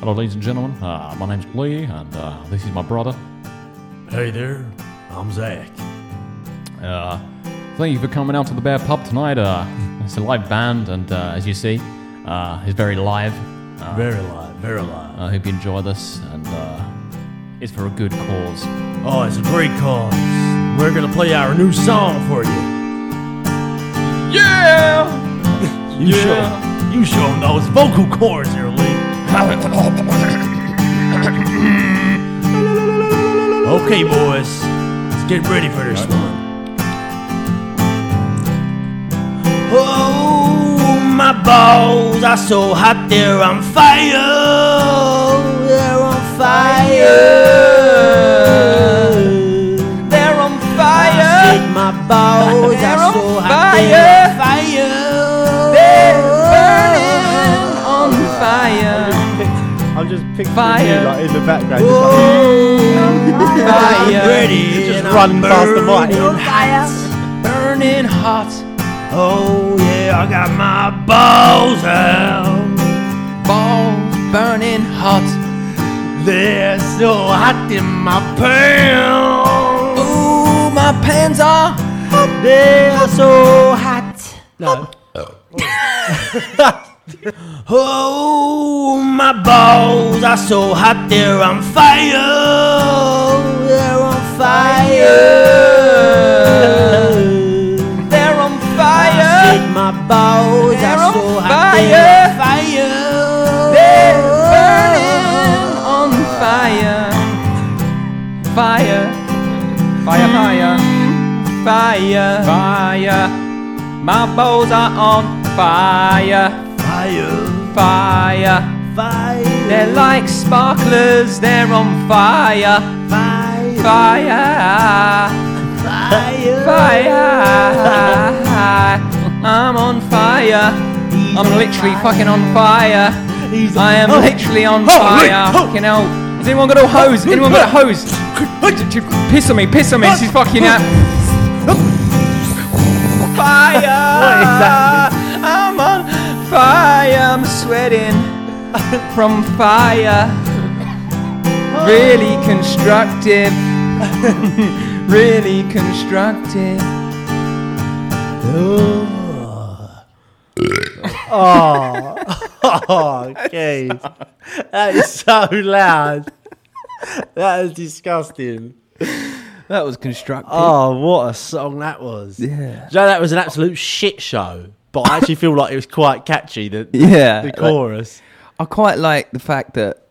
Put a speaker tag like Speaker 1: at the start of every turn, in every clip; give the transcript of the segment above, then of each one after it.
Speaker 1: Hello, ladies and gentlemen. Uh, my name's Lee, and uh, this is my brother.
Speaker 2: Hey there, I'm Zach.
Speaker 1: Uh, thank you for coming out to the Bear Pub tonight. Uh, it's a live band, and uh, as you see, uh, it's very live. Uh,
Speaker 2: Very live, very live.
Speaker 1: I hope you enjoy this, and uh, it's for a good cause.
Speaker 2: Oh, it's a great cause. We're gonna play our new song for you.
Speaker 1: Yeah!
Speaker 2: You
Speaker 1: Yeah.
Speaker 2: sure? You sure know it's vocal cords here, Lee. Okay, boys, let's get ready for this one. Oh, my balls are so hot, they're on fire. They're on fire.
Speaker 3: They're on fire.
Speaker 2: Said my balls
Speaker 3: They're
Speaker 2: are so
Speaker 3: on
Speaker 2: hot, they're on fire.
Speaker 3: They're burning on fire.
Speaker 4: I'm just picturing
Speaker 3: Fire.
Speaker 4: you like in the background. Just like,
Speaker 2: Oh, I'm
Speaker 3: Fire.
Speaker 2: ready.
Speaker 4: Just
Speaker 2: and I'm
Speaker 4: run past the
Speaker 2: burning
Speaker 4: mic.
Speaker 3: Burning hot.
Speaker 2: Oh yeah, I got my balls out.
Speaker 3: Balls burning hot.
Speaker 2: They're so hot in my pants.
Speaker 3: Ooh, my pants are.
Speaker 2: They're so hot.
Speaker 4: no.
Speaker 2: Oh, my balls are so hot. They're on fire. They're on fire.
Speaker 3: They're on
Speaker 2: I
Speaker 3: fire.
Speaker 2: said my balls
Speaker 3: They're
Speaker 2: are
Speaker 3: on
Speaker 2: so hot.
Speaker 3: fire.
Speaker 2: They're on fire.
Speaker 3: They're burning on fire. Fire. Fire, fire. Fire. Fire. My balls are on fire.
Speaker 2: Fire.
Speaker 3: Fire.
Speaker 2: Fire.
Speaker 3: They're like sparklers, they're on fire,
Speaker 2: Fire.
Speaker 3: fire,
Speaker 2: Fire.
Speaker 3: fire. I'm on fire. I'm literally fucking on fire. I
Speaker 4: Oh.
Speaker 3: am literally on fire. Fucking hell. Has anyone got a hose? Anyone got a hose? Piss on me, piss on me. This is fucking out. Fire! I'm on fire. I'm sweating from fire. Really constructive. really constructive.
Speaker 4: Oh, Okay. that is so loud. That is disgusting.
Speaker 3: That was constructive.
Speaker 4: Oh, what a song that was.
Speaker 3: Yeah.
Speaker 4: Do you know that was an absolute shit show, but I actually feel like it was quite catchy, the,
Speaker 3: Yeah.
Speaker 4: the
Speaker 3: like-
Speaker 4: chorus.
Speaker 3: I quite like the fact that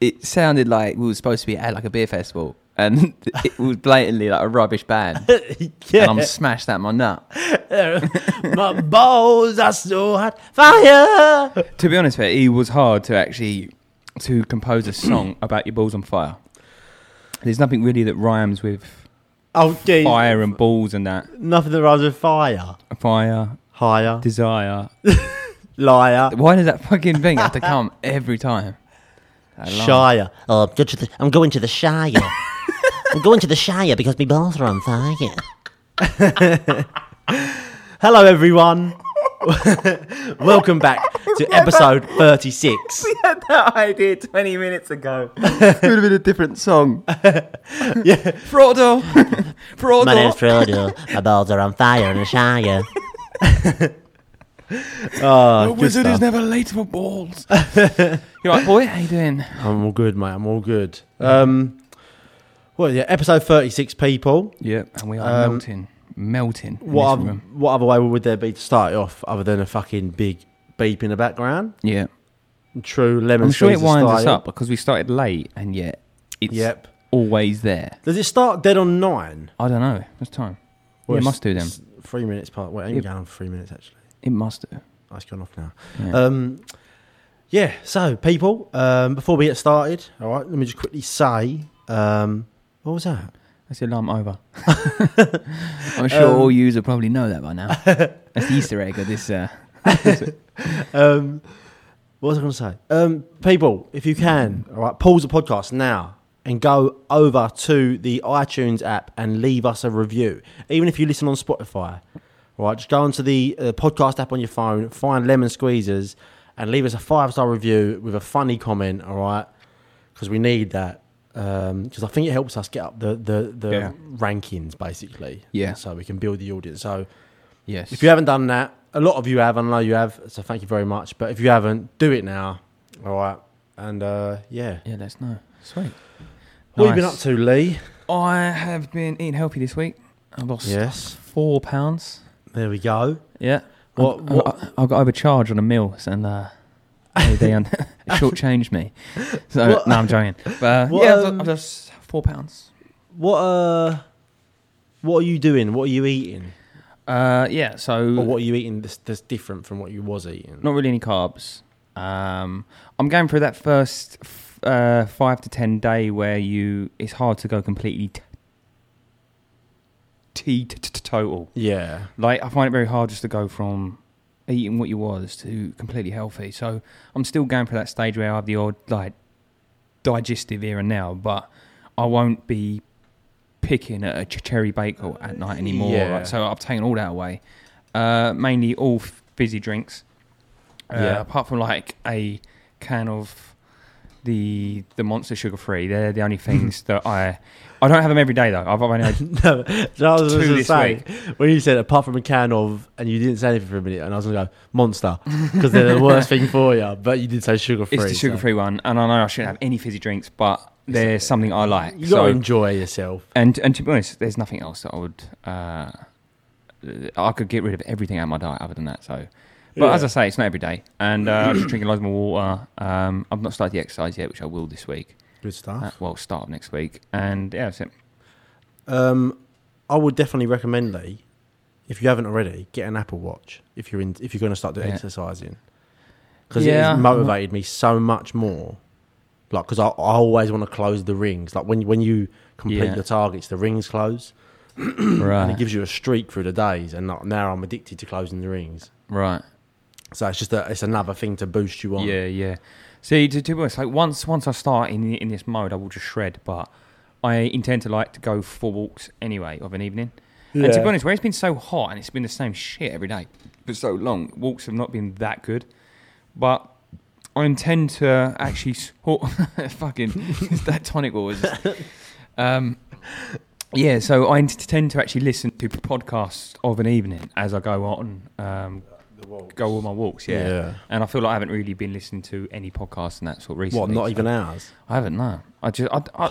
Speaker 3: it sounded like we were supposed to be at like a beer festival and it was blatantly like a rubbish band.
Speaker 4: yeah.
Speaker 3: And I'm smashed that my nut.
Speaker 4: My balls are so hot. Fire!
Speaker 3: To be honest with you, it was hard to actually to compose a song about your balls on fire. There's nothing really that rhymes with
Speaker 4: Oh, geez.
Speaker 3: fire and balls and that.
Speaker 4: Nothing that rhymes with fire.
Speaker 3: Fire,
Speaker 4: Higher.
Speaker 3: desire.
Speaker 4: liar.
Speaker 3: Why does that fucking thing have to come every time? That line.
Speaker 4: Shire.
Speaker 5: Oh, I'm, go to the, I'm going to the Shire. I'm going to the Shire because my balls are on fire.
Speaker 4: Hello, everyone. Welcome back to episode 36.
Speaker 3: had that idea 20 minutes ago. it would have been a different song. yeah. Frodo.
Speaker 5: My
Speaker 3: Frodo.
Speaker 5: name's Frodo. My balls are on fire in the Shire.
Speaker 4: Oh,
Speaker 3: The
Speaker 4: Uh, good
Speaker 3: wizard is
Speaker 4: stuff.
Speaker 3: never late for balls. You're right, boy. How you doing?
Speaker 4: I'm all good, mate. I'm all good. Um, well, yeah, episode 36, people.
Speaker 3: Yeah, and we are
Speaker 4: Um,
Speaker 3: melting. Melting. in
Speaker 4: What,
Speaker 3: this
Speaker 4: oth-
Speaker 3: room.
Speaker 4: what other way would there be to start it off other than a fucking big beep in the background?
Speaker 3: Yeah.
Speaker 4: True lemon
Speaker 3: I'm sure
Speaker 4: squeeze
Speaker 3: it
Speaker 4: to
Speaker 3: winds us
Speaker 4: style.
Speaker 3: up because we started late and yet it's
Speaker 4: Yep.
Speaker 3: always there.
Speaker 4: Does it start dead on nine?
Speaker 3: I don't know. It's time.
Speaker 4: Or
Speaker 3: it
Speaker 4: it's-
Speaker 3: must do then.
Speaker 4: it's Three minutes part. Wait, it ain't
Speaker 3: Yep.
Speaker 4: going on for three minutes, actually.
Speaker 3: It must do.
Speaker 4: Oh, it's gone off now.
Speaker 3: Yeah.
Speaker 4: Um, yeah, so people, um, before we get started, all right, let me just quickly say, um, what was that?
Speaker 3: That's the alarm over. I'm sure all users probably know that by now. That's the Easter egg of this. Uh,
Speaker 4: Um, what was I going to say? Um, people, if you can, all right, pause the podcast now and go over to the iTunes app and leave us a review. Even if you listen on Spotify, all right, just go onto the uh, podcast app on your phone, find Lemon Squeezers, and leave us a five star review with a funny comment, all right? Because we need that. Because I think it helps us get up the the, the
Speaker 3: Yeah.
Speaker 4: rankings basically.
Speaker 3: Yeah.
Speaker 4: So we can build the audience. So
Speaker 3: Yes.
Speaker 4: if you haven't done that, a lot of you have. I know you have. So thank you very much. But if you haven't, do it now, all right? And uh, yeah.
Speaker 3: yeah, let us know. Sweet.
Speaker 4: What have you been
Speaker 3: Nice.
Speaker 4: up to, Lee?
Speaker 3: I have been eating healthy this week. I've lost
Speaker 4: Yes.
Speaker 3: four pounds.
Speaker 4: There we go.
Speaker 3: Yeah.
Speaker 4: What-
Speaker 3: I, I, I got overcharged on a meals and uh, they, they un- shortchanged me. So
Speaker 4: What-
Speaker 3: no, I'm joking. But uh,
Speaker 4: What,
Speaker 3: yeah, I've
Speaker 4: um,
Speaker 3: I've lost four pounds.
Speaker 4: What uh, what are you doing? What are you eating?
Speaker 3: Uh, yeah. So
Speaker 4: Or what are you eating that's, that's different from what you was eating?
Speaker 3: not really any carbs. Um, I'm going through that first f- uh, five to ten day where you it's hard to go completely t- t- t- t- total.
Speaker 4: Yeah.
Speaker 3: Like I find it very hard just to go from eating what you was to completely healthy. So I'm still going through that stage where I have the odd like digestive here and now, but I won't be picking at a ch- cherry bagel at night anymore.
Speaker 4: Yeah.
Speaker 3: Like, so I've taken all that away. Uh, mainly all f- fizzy drinks. Uh,
Speaker 4: Yeah.
Speaker 3: Apart from like a can of the the monster sugar free. They're the only things that I I don't have them every day though. I've only had
Speaker 4: no, so I was
Speaker 3: Two
Speaker 4: going to
Speaker 3: this
Speaker 4: say when you said apart from a can of, and you didn't say anything for a minute, and I was going to go monster because they're the worst thing for you. But you did say sugar free.
Speaker 3: It's the sugar free one, and I know I shouldn't have any fizzy drinks, but they're something I like.
Speaker 4: You got to
Speaker 3: So,
Speaker 4: enjoy yourself.
Speaker 3: and and to be honest, there's nothing else that I would. Uh, I could get rid of everything out of my diet other than that. So, but
Speaker 4: Yeah.
Speaker 3: as I say, it's not every day, and uh, I'm just drinking loads more water. Um, I've not started the exercise yet, which I will this week.
Speaker 4: Good
Speaker 3: Uh,
Speaker 4: stuff.
Speaker 3: well, start of next week, and yeah, that's it.
Speaker 4: Um, I would definitely recommend Lee, if you haven't already, get an Apple Watch if you're in, if you're going to start doing
Speaker 3: Yeah.
Speaker 4: exercising because it
Speaker 3: Yeah.
Speaker 4: has motivated me so much more. Like, because I, I always want to close the rings. Like when when you complete
Speaker 3: Yeah.
Speaker 4: your targets, the rings close. and it
Speaker 3: right,
Speaker 4: gives you a streak through the days. And like, now I'm addicted to closing the rings.
Speaker 3: right.
Speaker 4: So it's just a, it's another thing to boost you on.
Speaker 3: Yeah, yeah. See, to, to be honest, like once once I start in in this mode, I will just shred. But I intend to like to go for walks anyway of an evening. And to
Speaker 4: Yeah.
Speaker 3: be honest, where it's been so hot and it's been the same shit every day for so long, walks have not been that good. But I intend to actually sort fucking that tonic water. was just- Um, yeah, so I intend to actually listen to podcasts of an evening as I go on, um, go on my walks. Yeah.
Speaker 4: Yeah.
Speaker 3: and I feel like I haven't really been listening to any podcasts and that sort of recently.
Speaker 4: What? Not
Speaker 3: so-
Speaker 4: even ours.
Speaker 3: I haven't. No, I just I, I,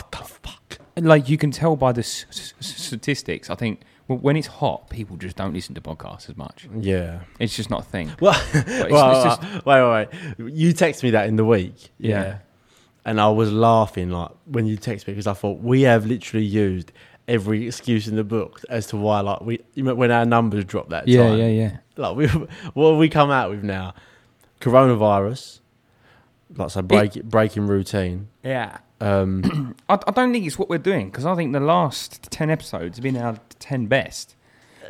Speaker 3: like you can tell by the s- s- s- statistics. I think w- when it's hot, people just don't listen to podcasts as much.
Speaker 4: Yeah.
Speaker 3: It's just not a thing.
Speaker 4: Well,
Speaker 3: it's-
Speaker 4: well, uh,
Speaker 3: it's
Speaker 4: wait, wait, wait. You texted me that in the week.
Speaker 3: Yeah.
Speaker 4: And I was laughing like when you texted me because I thought we have literally used every excuse in the book as to why like we you know, when our numbers dropped that time.
Speaker 3: yeah.
Speaker 4: Like we, what have we come out with now? Coronavirus. Like so break, breaking routine.
Speaker 3: Yeah.
Speaker 4: Um
Speaker 3: I, I don't think it's what we're doing because I think the last ten episodes have been our ten best.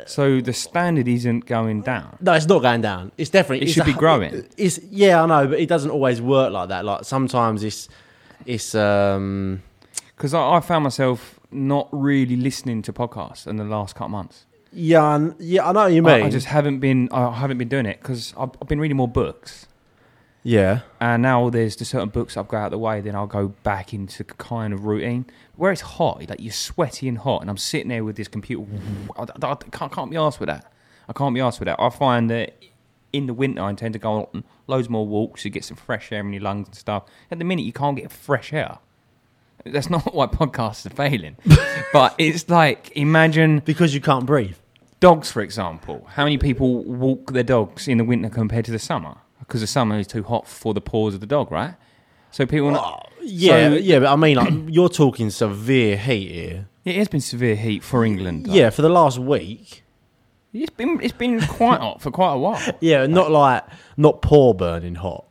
Speaker 3: So the standard isn't going down.
Speaker 4: No, it's not going down. It's definitely
Speaker 3: It
Speaker 4: it's
Speaker 3: should be
Speaker 4: hu-
Speaker 3: growing.
Speaker 4: It's yeah, I know, but it doesn't always work like that. Like sometimes it's it's um
Speaker 3: Because I, I found myself not really listening to podcasts in the last couple months.
Speaker 4: yeah, I kn- yeah, I know what you mean.
Speaker 3: I, I just haven't been. I haven't been doing it because I've, I've been reading more books.
Speaker 4: yeah,
Speaker 3: And now there's the certain books I've got out of the way, then I'll go back into kind of routine. Where it's hot, like you're sweaty and hot, and I'm sitting there with this computer. I, I- I can't, can't be asked with that. I can't be asked with that. I find that in the winter, I intend to go on loads more walks, you get some fresh air in your lungs and stuff. At the minute, you can't get fresh air. That's not why podcasts are failing. but it's like, imagine
Speaker 4: because you can't breathe.
Speaker 3: dogs, for example. How many people walk their dogs in the winter compared to the summer? Because the summer is too hot for the paws of the dog, right? So people,
Speaker 4: Yeah,
Speaker 3: So-
Speaker 4: yeah, but I mean, like you're talking severe heat here.
Speaker 3: it has been severe heat for England. though.
Speaker 4: Yeah, for the last week.
Speaker 3: it's been it's been quite hot for quite a while.
Speaker 4: Yeah, not like not poor burning hot.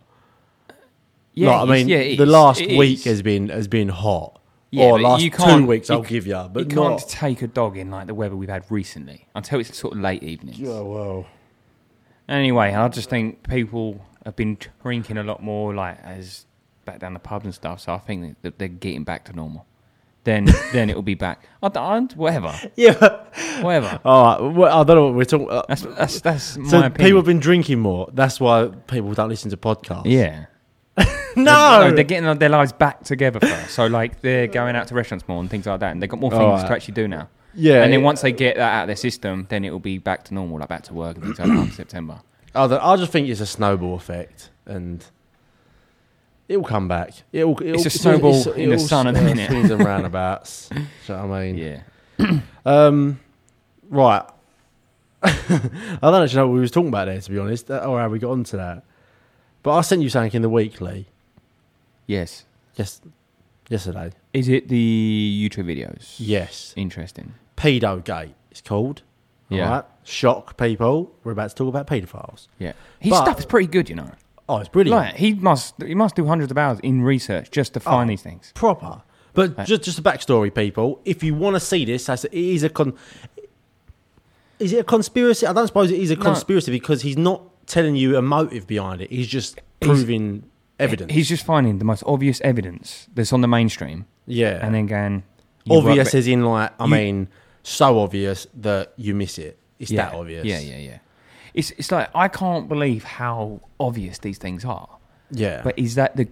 Speaker 3: Yeah,
Speaker 4: Like,
Speaker 3: it
Speaker 4: I
Speaker 3: is,
Speaker 4: mean,
Speaker 3: yeah, it
Speaker 4: the
Speaker 3: is,
Speaker 4: last
Speaker 3: it
Speaker 4: week
Speaker 3: is.
Speaker 4: has been has been hot.
Speaker 3: Yeah,
Speaker 4: or
Speaker 3: but
Speaker 4: last
Speaker 3: you can't-
Speaker 4: two weeks,
Speaker 3: you
Speaker 4: I'll
Speaker 3: c-
Speaker 4: give you,
Speaker 3: You
Speaker 4: but
Speaker 3: can't
Speaker 4: not.
Speaker 3: take a dog in like the weather we've had recently until it's sort of late evenings.
Speaker 4: well,
Speaker 3: Anyway, I just think people have been drinking a lot more, like as back down the pubs and stuff. So I think that they're getting back to normal. then then it'll be back. I, d- I d- whatever,
Speaker 4: Yeah. but-
Speaker 3: whatever.
Speaker 4: All right. Well, I don't know what we're talking. Uh,
Speaker 3: That's that's that's my
Speaker 4: so
Speaker 3: opinion.
Speaker 4: people have been drinking more. That's why people don't listen to podcasts.
Speaker 3: yeah. Oh,
Speaker 4: No.
Speaker 3: No, they're getting their lives back together first. So like they're going out to restaurants more and things like that, and they've got more things
Speaker 4: Alright.
Speaker 3: to actually do now.
Speaker 4: Yeah,
Speaker 3: And then
Speaker 4: yeah.
Speaker 3: once they get that out of their system, then it will be back to normal, like back to work and things like that after September.
Speaker 4: I, don't- Oh, I just think it's a snowball effect, and it will come back. It will. It
Speaker 3: It's
Speaker 4: will-
Speaker 3: a snowball
Speaker 4: it's-
Speaker 3: in the
Speaker 4: all
Speaker 3: sun at the
Speaker 4: s- uh,
Speaker 3: minute.
Speaker 4: Swings and roundabouts. Do you know what I mean?
Speaker 3: Yeah.
Speaker 4: Um, right. I don't actually know what we was talking about there, to be honest, uh, or how we got onto that. But I sent you something in the weekly
Speaker 3: Yes.
Speaker 4: yes, yesterday.
Speaker 3: Is it the YouTube videos?
Speaker 4: Yes,
Speaker 3: Interesting.
Speaker 4: pedo gate. It's called.
Speaker 3: Yeah.
Speaker 4: Alright? Shock people. We're about to talk about paedophiles.
Speaker 3: Yeah. His
Speaker 4: But-
Speaker 3: stuff is pretty good, you know.
Speaker 4: Oh, it's brilliant.
Speaker 3: Like he must he must do hundreds of hours in research just
Speaker 4: Oh.
Speaker 3: to find these things.
Speaker 4: proper. But
Speaker 3: Right.
Speaker 4: just just a backstory, people. If you want to see this, that's, it is a con. Is it a conspiracy? I don't suppose it is a conspiracy because he's not telling you a motive behind it. He's just proving evidence.
Speaker 3: He's just finding the most obvious evidence that's on the mainstream
Speaker 4: yeah,
Speaker 3: and then going you work
Speaker 4: obvious
Speaker 3: with-
Speaker 4: as in like I
Speaker 3: you-
Speaker 4: mean, so obvious that you miss it. It's
Speaker 3: yeah.
Speaker 4: that obvious.
Speaker 3: Yeah, yeah, yeah. It's it's like I can't believe how obvious these things are.
Speaker 4: yeah.
Speaker 3: But is that the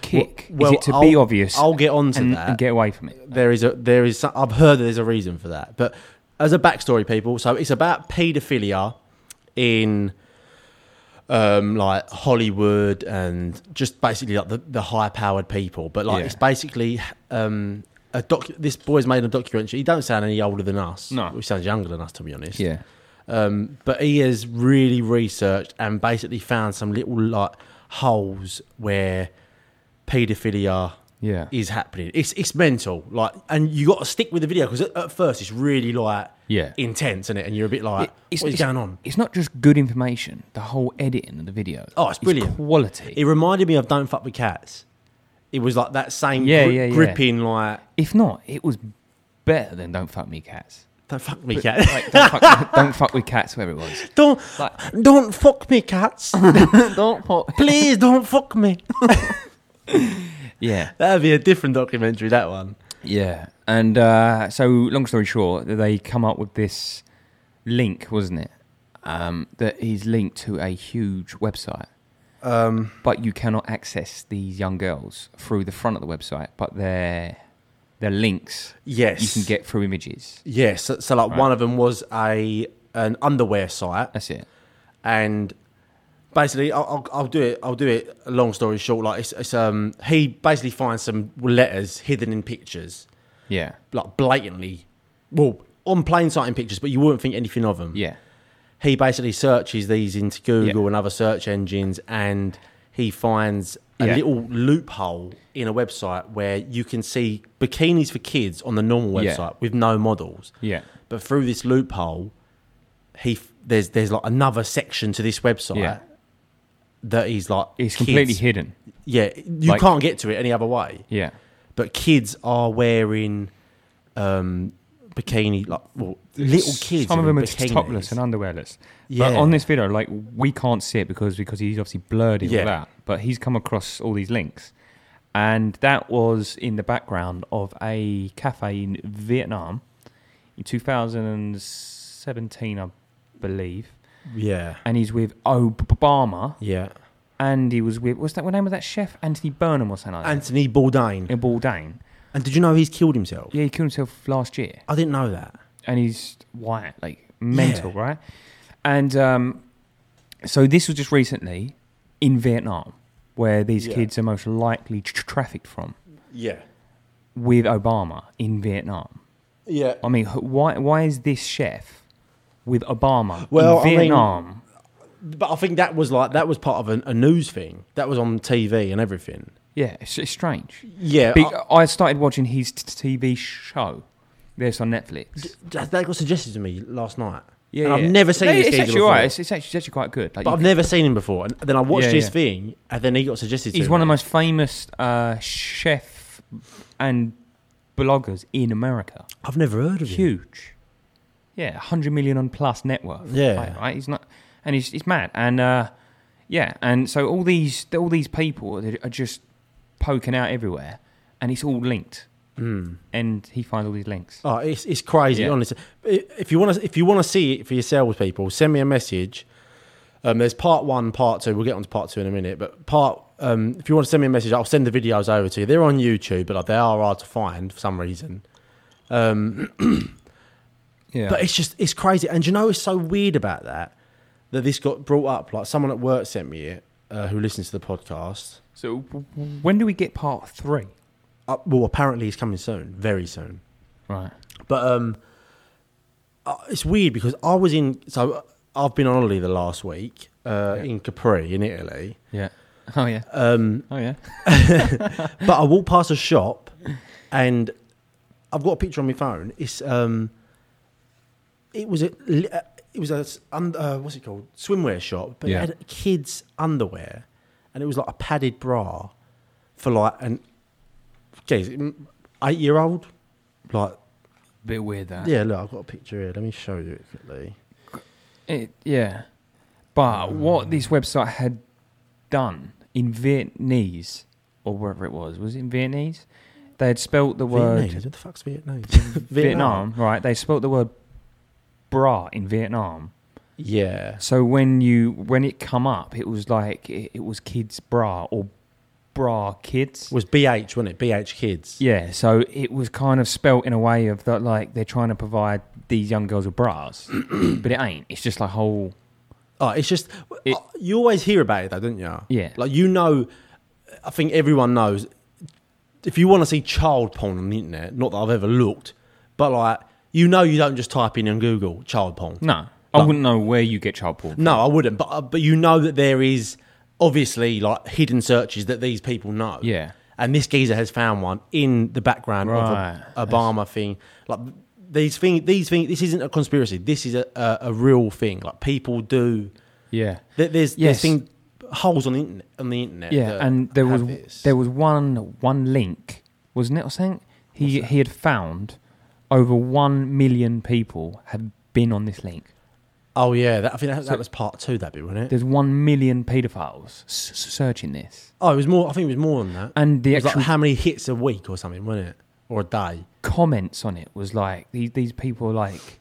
Speaker 3: kick?
Speaker 4: well,
Speaker 3: is it to be
Speaker 4: I'll-
Speaker 3: obvious?
Speaker 4: I'll get onto
Speaker 3: and,
Speaker 4: that.
Speaker 3: and get away from it.
Speaker 4: there is a there is some, I've heard that there's a reason for that. But as a backstory, people, so it's about paedophilia in um like Hollywood and just basically like the, the high powered people. But like
Speaker 3: Yeah.
Speaker 4: it's basically um a doc this boy's made a documentary. He don't sound any older than us.
Speaker 3: No.
Speaker 4: He sounds younger than us to be honest.
Speaker 3: Yeah.
Speaker 4: Um, but he has really researched and basically found some little like holes where paedophilia
Speaker 3: Yeah.
Speaker 4: is happening. It's it's mental, like, and you got to stick with the video because at, at first it's really like
Speaker 3: Yeah.
Speaker 4: intense, is it? And you're a bit like, what is going on?
Speaker 3: It's not just good information. The whole editing of the video.
Speaker 4: Oh, it's brilliant.
Speaker 3: quality.
Speaker 4: It reminded me of Don't Fuck with Cats. It was like that same
Speaker 3: Yeah,
Speaker 4: gri-
Speaker 3: yeah, yeah.
Speaker 4: gripping, like
Speaker 3: if not, it was better than Don't Fuck Me Cats.
Speaker 4: Don't fuck me, cats.
Speaker 3: Like, don't, fuck, don't fuck with cats, whatever it was.
Speaker 4: don't
Speaker 3: like-
Speaker 4: don't fuck me, cats.
Speaker 3: Don't fuck.
Speaker 4: Please don't fuck me.
Speaker 3: Yeah.
Speaker 4: That'd be a different documentary. That one.
Speaker 3: Yeah. And uh, so, long story short, they come up with this link, wasn't it? Um, that is linked to a huge website. Um, but you cannot access these young girls through the front of the website, but their their links
Speaker 4: Yes,
Speaker 3: you can get through images.
Speaker 4: Yes, so, so like one of them was a an underwear site,
Speaker 3: That's it.
Speaker 4: and basically I'll, I'll, I'll do it i'll do it long story short like it's, it's um he basically finds some letters hidden in pictures
Speaker 3: Yeah.
Speaker 4: like blatantly well on plain sight in pictures but you wouldn't think anything of them
Speaker 3: Yeah.
Speaker 4: he basically searches these into google
Speaker 3: Yeah.
Speaker 4: and other search engines and he finds a
Speaker 3: Yeah.
Speaker 4: little loophole in a website where you can see bikinis for kids on the normal
Speaker 3: Yeah.
Speaker 4: website with no models
Speaker 3: Yeah.
Speaker 4: but through this loophole he f- there's there's like another section to this website
Speaker 3: Yeah.
Speaker 4: that is like
Speaker 3: It's
Speaker 4: kids-
Speaker 3: completely hidden.
Speaker 4: Yeah, you
Speaker 3: Like-
Speaker 4: can't get to it any other way.
Speaker 3: Yeah.
Speaker 4: But kids are wearing um, bikini like well, little kids.
Speaker 3: Some of
Speaker 4: are in
Speaker 3: them are
Speaker 4: bikinis.
Speaker 3: topless and underwearless.
Speaker 4: Yeah.
Speaker 3: But on this video, like we can't see it because because he's obviously blurred it
Speaker 4: Yeah.
Speaker 3: all out. But he's come across all these links, and that was in the background of a cafe in Vietnam in 2017, I believe.
Speaker 4: yeah,
Speaker 3: And he's with Obama,
Speaker 4: yeah.
Speaker 3: and he was with what's that? What name of that chef? Anthony Burnham or something like that.
Speaker 4: Anthony Bourdain.
Speaker 3: In Bourdain.
Speaker 4: And did you know he's killed himself?
Speaker 3: Yeah, he killed himself last year.
Speaker 4: I didn't know that.
Speaker 3: and he's white, like mental, right? And um, so this was just recently in Vietnam, where these
Speaker 4: Yeah.
Speaker 3: kids are most likely tr trafficked from
Speaker 4: Yeah,
Speaker 3: with Obama in Vietnam.
Speaker 4: yeah.
Speaker 3: I mean, h- why why is this chef with Obama
Speaker 4: Well, I
Speaker 3: in
Speaker 4: mean-
Speaker 3: Vietnam?
Speaker 4: But I think that was like that was part of an, a news thing that was on TV and everything.
Speaker 3: yeah, it's, it's strange.
Speaker 4: Yeah,
Speaker 3: Be-
Speaker 4: I-
Speaker 3: I started watching his t- TV show. There's on Netflix.
Speaker 4: that that got suggested to me last night.
Speaker 3: Yeah,
Speaker 4: and
Speaker 3: yeah.
Speaker 4: I've never seen
Speaker 3: No,
Speaker 4: this
Speaker 3: It's
Speaker 4: geezer
Speaker 3: actually
Speaker 4: before.
Speaker 3: alright. It's, it's actually, it's actually quite good. Like,
Speaker 4: But
Speaker 3: you
Speaker 4: I've never seen him before. And then I watched
Speaker 3: Yeah,
Speaker 4: this
Speaker 3: yeah.
Speaker 4: thing, and then he got suggested. to
Speaker 3: He's
Speaker 4: me.
Speaker 3: one of the most famous uh, chef and bloggers in America.
Speaker 4: I've never heard of him.
Speaker 3: Huge. Yeah, 100 million on plus net worth.
Speaker 4: Yeah.
Speaker 3: Like, right? He's not and he's he's mad. And uh, yeah, and so all these all these people are are just poking out everywhere and it's all linked.
Speaker 4: Hmm.
Speaker 3: and he finds all these links.
Speaker 4: Oh, it's, it's crazy,
Speaker 3: Yeah.
Speaker 4: honestly. I- If you want to, if you want to see it for yourselves, people, send me a message. Um, there's part one, part two. We'll get on to part two in a minute, but part um, if you want to send me a message, I'll send the videos over to you. They're on YouTube, but like, they are hard to find for some reason.
Speaker 3: Yeah,
Speaker 4: But it's just it's crazy, and do you know it's so weird about that that this got brought up. Like someone at work sent me it uh, who listens to the podcast.
Speaker 3: so w- w- when do we get part three?
Speaker 4: Uh, well, apparently it's coming soon, very soon.
Speaker 1: Right.
Speaker 4: But um, uh, it's weird because I was in. So uh, I've been on holiday the last week uh, in Capri in Italy.
Speaker 3: Yeah. Oh yeah.
Speaker 4: Um,
Speaker 3: Oh yeah.
Speaker 4: but I walked past a shop, and I've got a picture on my phone. It's um, it was a li- uh, it was a s- un- uh, what's it called swimwear shop, but
Speaker 1: Yeah.
Speaker 4: it had kids underwear, and it was like a padded bra for like an geez, eight year old. Like
Speaker 3: Bit weird that.
Speaker 4: yeah, look, I've got a picture here. Let me show you it quickly.
Speaker 3: It, yeah. But what this website had done in Vietnamese, or wherever it was, was it in Vietnamese? They had spelt the word
Speaker 4: Vietnamese? What the fuck's Vietnamese?
Speaker 3: Vietnam, right? They spelt the word bra in Vietnam.
Speaker 4: Yeah.
Speaker 3: So when you when it come up, it was like it, it was kids bra or bra kids.
Speaker 4: Was BH, wasn't it? BH Kids.
Speaker 3: Yeah, so it was kind of spelt in a way of that, like they're trying to provide these young girls with bras, but it ain't. It's just like whole
Speaker 4: Oh, it's just,
Speaker 3: It-
Speaker 4: you always hear about it though, don't you?
Speaker 3: Yeah.
Speaker 4: Like, you know, I think everyone knows if you want to see child porn on the internet, not that I've ever looked, but like, you know, you don't just type in on Google child porn.
Speaker 3: no. I wouldn't know where you get child porn.
Speaker 4: No, I wouldn't. But, uh, but you know that there is obviously like hidden searches that these people know.
Speaker 3: Yeah.
Speaker 4: And this geezer has found one in the background
Speaker 3: Right.
Speaker 4: of a Obama thing. Like these thing, these thing. This isn't a conspiracy. This is a, a, a real thing. Like people do.
Speaker 3: Yeah.
Speaker 4: there- There's
Speaker 3: Yes.
Speaker 4: there's thing holes on the internet, on the internet.
Speaker 3: Yeah,
Speaker 4: that
Speaker 3: and there was
Speaker 4: have this.
Speaker 3: there was one one link, wasn't it? I think he he had found over one million people had been on this link.
Speaker 4: oh yeah, that, I think that, that was part two. That bit wasn't it?
Speaker 3: There's one million paedophiles s- s- searching this,
Speaker 4: Oh, it was more. I think it was more than that.
Speaker 3: and the
Speaker 4: it was like
Speaker 3: actual
Speaker 4: how many hits a week or something, wasn't it? Or a day.
Speaker 3: comments on it was like these these people are like,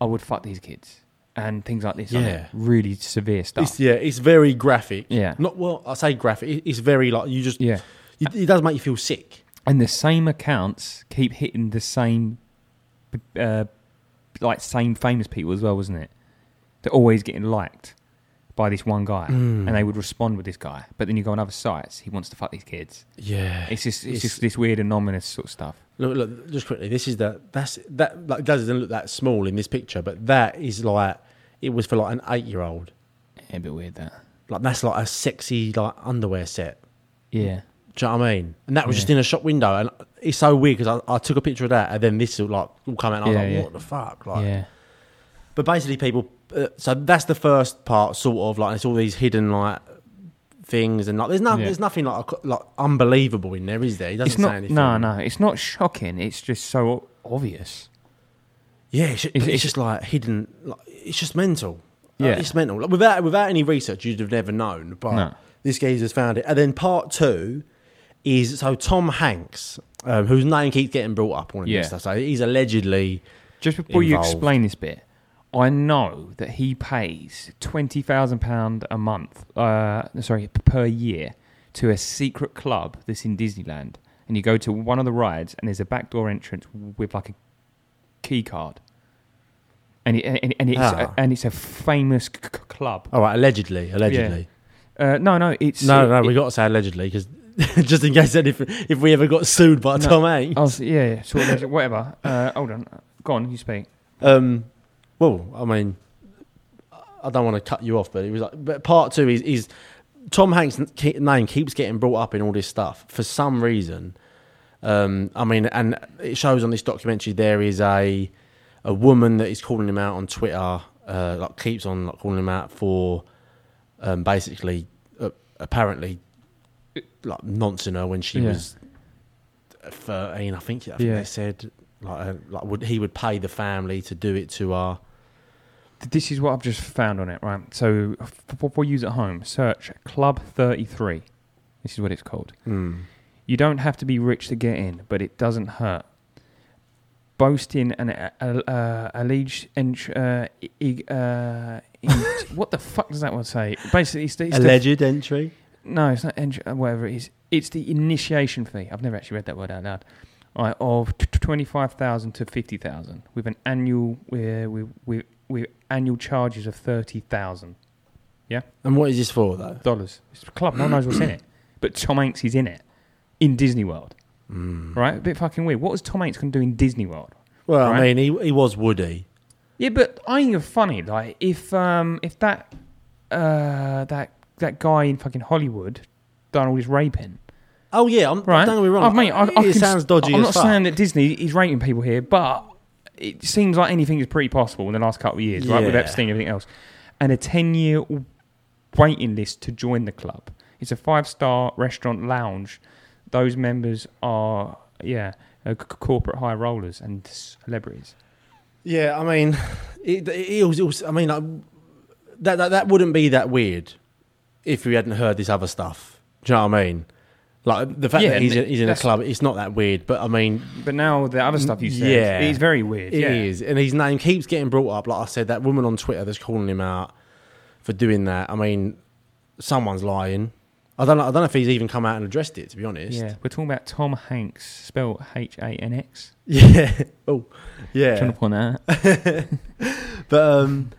Speaker 3: I would fuck these kids and things like this. on it.
Speaker 4: Yeah.
Speaker 3: really severe stuff.
Speaker 4: It's, yeah, it's very graphic.
Speaker 3: Yeah.
Speaker 4: Not well. I say graphic. it- It's very like you just.
Speaker 3: Yeah.
Speaker 4: you- It, does make you feel sick.
Speaker 3: and the same accounts keep hitting the same, uh, like same famous people as well, wasn't it? They're always getting liked by this one guy,
Speaker 4: Hmm.
Speaker 3: and they would respond with this guy. But then you go on other sites, he wants to fuck these kids.
Speaker 4: Yeah.
Speaker 3: It's just, it's, just this weird anonymous sort of stuff.
Speaker 4: Look, look, just quickly. This is the that's that like doesn't look that small in this picture, but that is like it was for like an eight-year-old.
Speaker 3: Yeah, a bit weird that.
Speaker 4: Like that's like a sexy like underwear set.
Speaker 3: Yeah,
Speaker 4: Do you know what I mean? And that was
Speaker 3: Yeah.
Speaker 4: just in a shop window, and it's so weird because I, I took a picture of that, and then this like all come out, and I was
Speaker 3: Yeah,
Speaker 4: like,
Speaker 3: yeah.
Speaker 4: "What the fuck?" Like,
Speaker 3: yeah,
Speaker 4: but basically, people. Uh, so that's the first part, sort of like it's all these hidden like things, and like there's no,
Speaker 3: Yeah.
Speaker 4: there's nothing like like unbelievable in there, is there? He doesn't
Speaker 3: it's
Speaker 4: say
Speaker 3: not.
Speaker 4: anything.
Speaker 3: No, no, it's not shocking. It's just so obvious.
Speaker 4: Yeah, it's, it's,
Speaker 3: it's-
Speaker 4: just like hidden. Like, it's just mental. Yeah,
Speaker 3: Yeah.
Speaker 4: it's mental. Like, without without any research, you'd have never known. But
Speaker 3: No.
Speaker 4: this geezer's found it. And then part two is so Tom Hanks, um, whose name keeps getting brought up on
Speaker 3: Yeah.
Speaker 4: this stuff. So he's allegedly
Speaker 3: Just before you
Speaker 4: involved.
Speaker 3: explain this bit, I know that he pays twenty thousand pound a month, uh, sorry, p- per year, to a secret club that's in Disneyland, and you go to one of the rides, and there's a back door entrance with like a key card, and it, and, and it's
Speaker 4: Ah.
Speaker 3: a, and it's a famous c- c- club.
Speaker 4: all right, allegedly, allegedly.
Speaker 3: Uh, no, no, it's
Speaker 4: No, no,
Speaker 3: it-
Speaker 4: we got to say allegedly because just in case if if we ever got sued by Tom Hanks,
Speaker 3: I was, yeah, yeah, sort of, whatever. Uh, hold on, go on, you speak.
Speaker 4: Um, well, I mean, I don't want to cut you off, but it was like, but part two is, is Tom Hanks' n- ke- name keeps getting brought up in all this stuff for some reason. Um, I mean, and it shows on this documentary there is a a woman that is calling him out on Twitter, uh, like keeps on like calling him out for um, basically uh, apparently like noncing her when she
Speaker 3: Yeah.
Speaker 4: was thirteen. I think, I think
Speaker 3: Yeah.
Speaker 4: they said like uh, like would he would pay the family to do it to our
Speaker 3: This is what I've just found on it, right? So,
Speaker 4: Hmm.
Speaker 3: f- for, for use at home, search Club 33. This is what it's called. You don't have to be rich to get in, but it doesn't hurt. Boasting an uh, uh, alleged ent- uh, e- uh, ent- what the fuck does that one say? Basically, it's, the- it's the-
Speaker 4: Alleged entry.
Speaker 3: no, it's not entry, uh, whatever it is. It's the initiation fee. I've never actually read that word out loud. All right, of t- t- 25,000 to 50,000 with an annual with, with, with, with annual charges of 30,000
Speaker 4: And what is this for, though?
Speaker 3: dollars. It's a club, no one knows what's in it. But Tom Hanks is in it in Disney World. Right? A bit fucking weird. What was Tom Hanks going to do in Disney World?
Speaker 4: Well, I
Speaker 3: Right.
Speaker 4: mean, he, he was Woody.
Speaker 3: Yeah, but I think it's funny. Like if um if that uh that that guy in fucking Hollywood done all this raping,
Speaker 4: Oh yeah, I'm,
Speaker 3: right? Oh,
Speaker 4: don't get me wrong.
Speaker 3: I mean, I, I
Speaker 4: it
Speaker 3: can-
Speaker 4: sounds dodgy
Speaker 3: I'm
Speaker 4: as
Speaker 3: not
Speaker 4: fuck.
Speaker 3: saying that Disney is raping people here, but it seems like anything is pretty possible in the last couple of years, right? With
Speaker 4: Yeah.
Speaker 3: Epstein and everything else, and a ten-year waiting list to join the club. It's a five-star restaurant lounge. Those members are yeah, uh, c- corporate high rollers and celebrities.
Speaker 4: Yeah, I mean, it, it was, it was- I mean, like, that, that that wouldn't be that weird if we hadn't heard this other stuff. Do you know what I mean? Like the fact
Speaker 3: Yeah,
Speaker 4: that he's,
Speaker 3: and
Speaker 4: in- he's in a
Speaker 3: that's-
Speaker 4: club, it's not that weird. But I mean,
Speaker 3: But now the other stuff you said,
Speaker 4: Yeah.
Speaker 3: it's very weird.
Speaker 4: it is,
Speaker 3: yeah.
Speaker 4: and his name keeps getting brought up. Like I said, that woman on Twitter that's calling him out for doing that. I mean, someone's lying. I don't. know- I don't know if he's even come out and addressed it. To be honest.
Speaker 3: Yeah, we're talking about Tom Hanks, spelled H A N X.
Speaker 4: Yeah. oh. Yeah.
Speaker 3: Trying to point that. out.
Speaker 4: But um,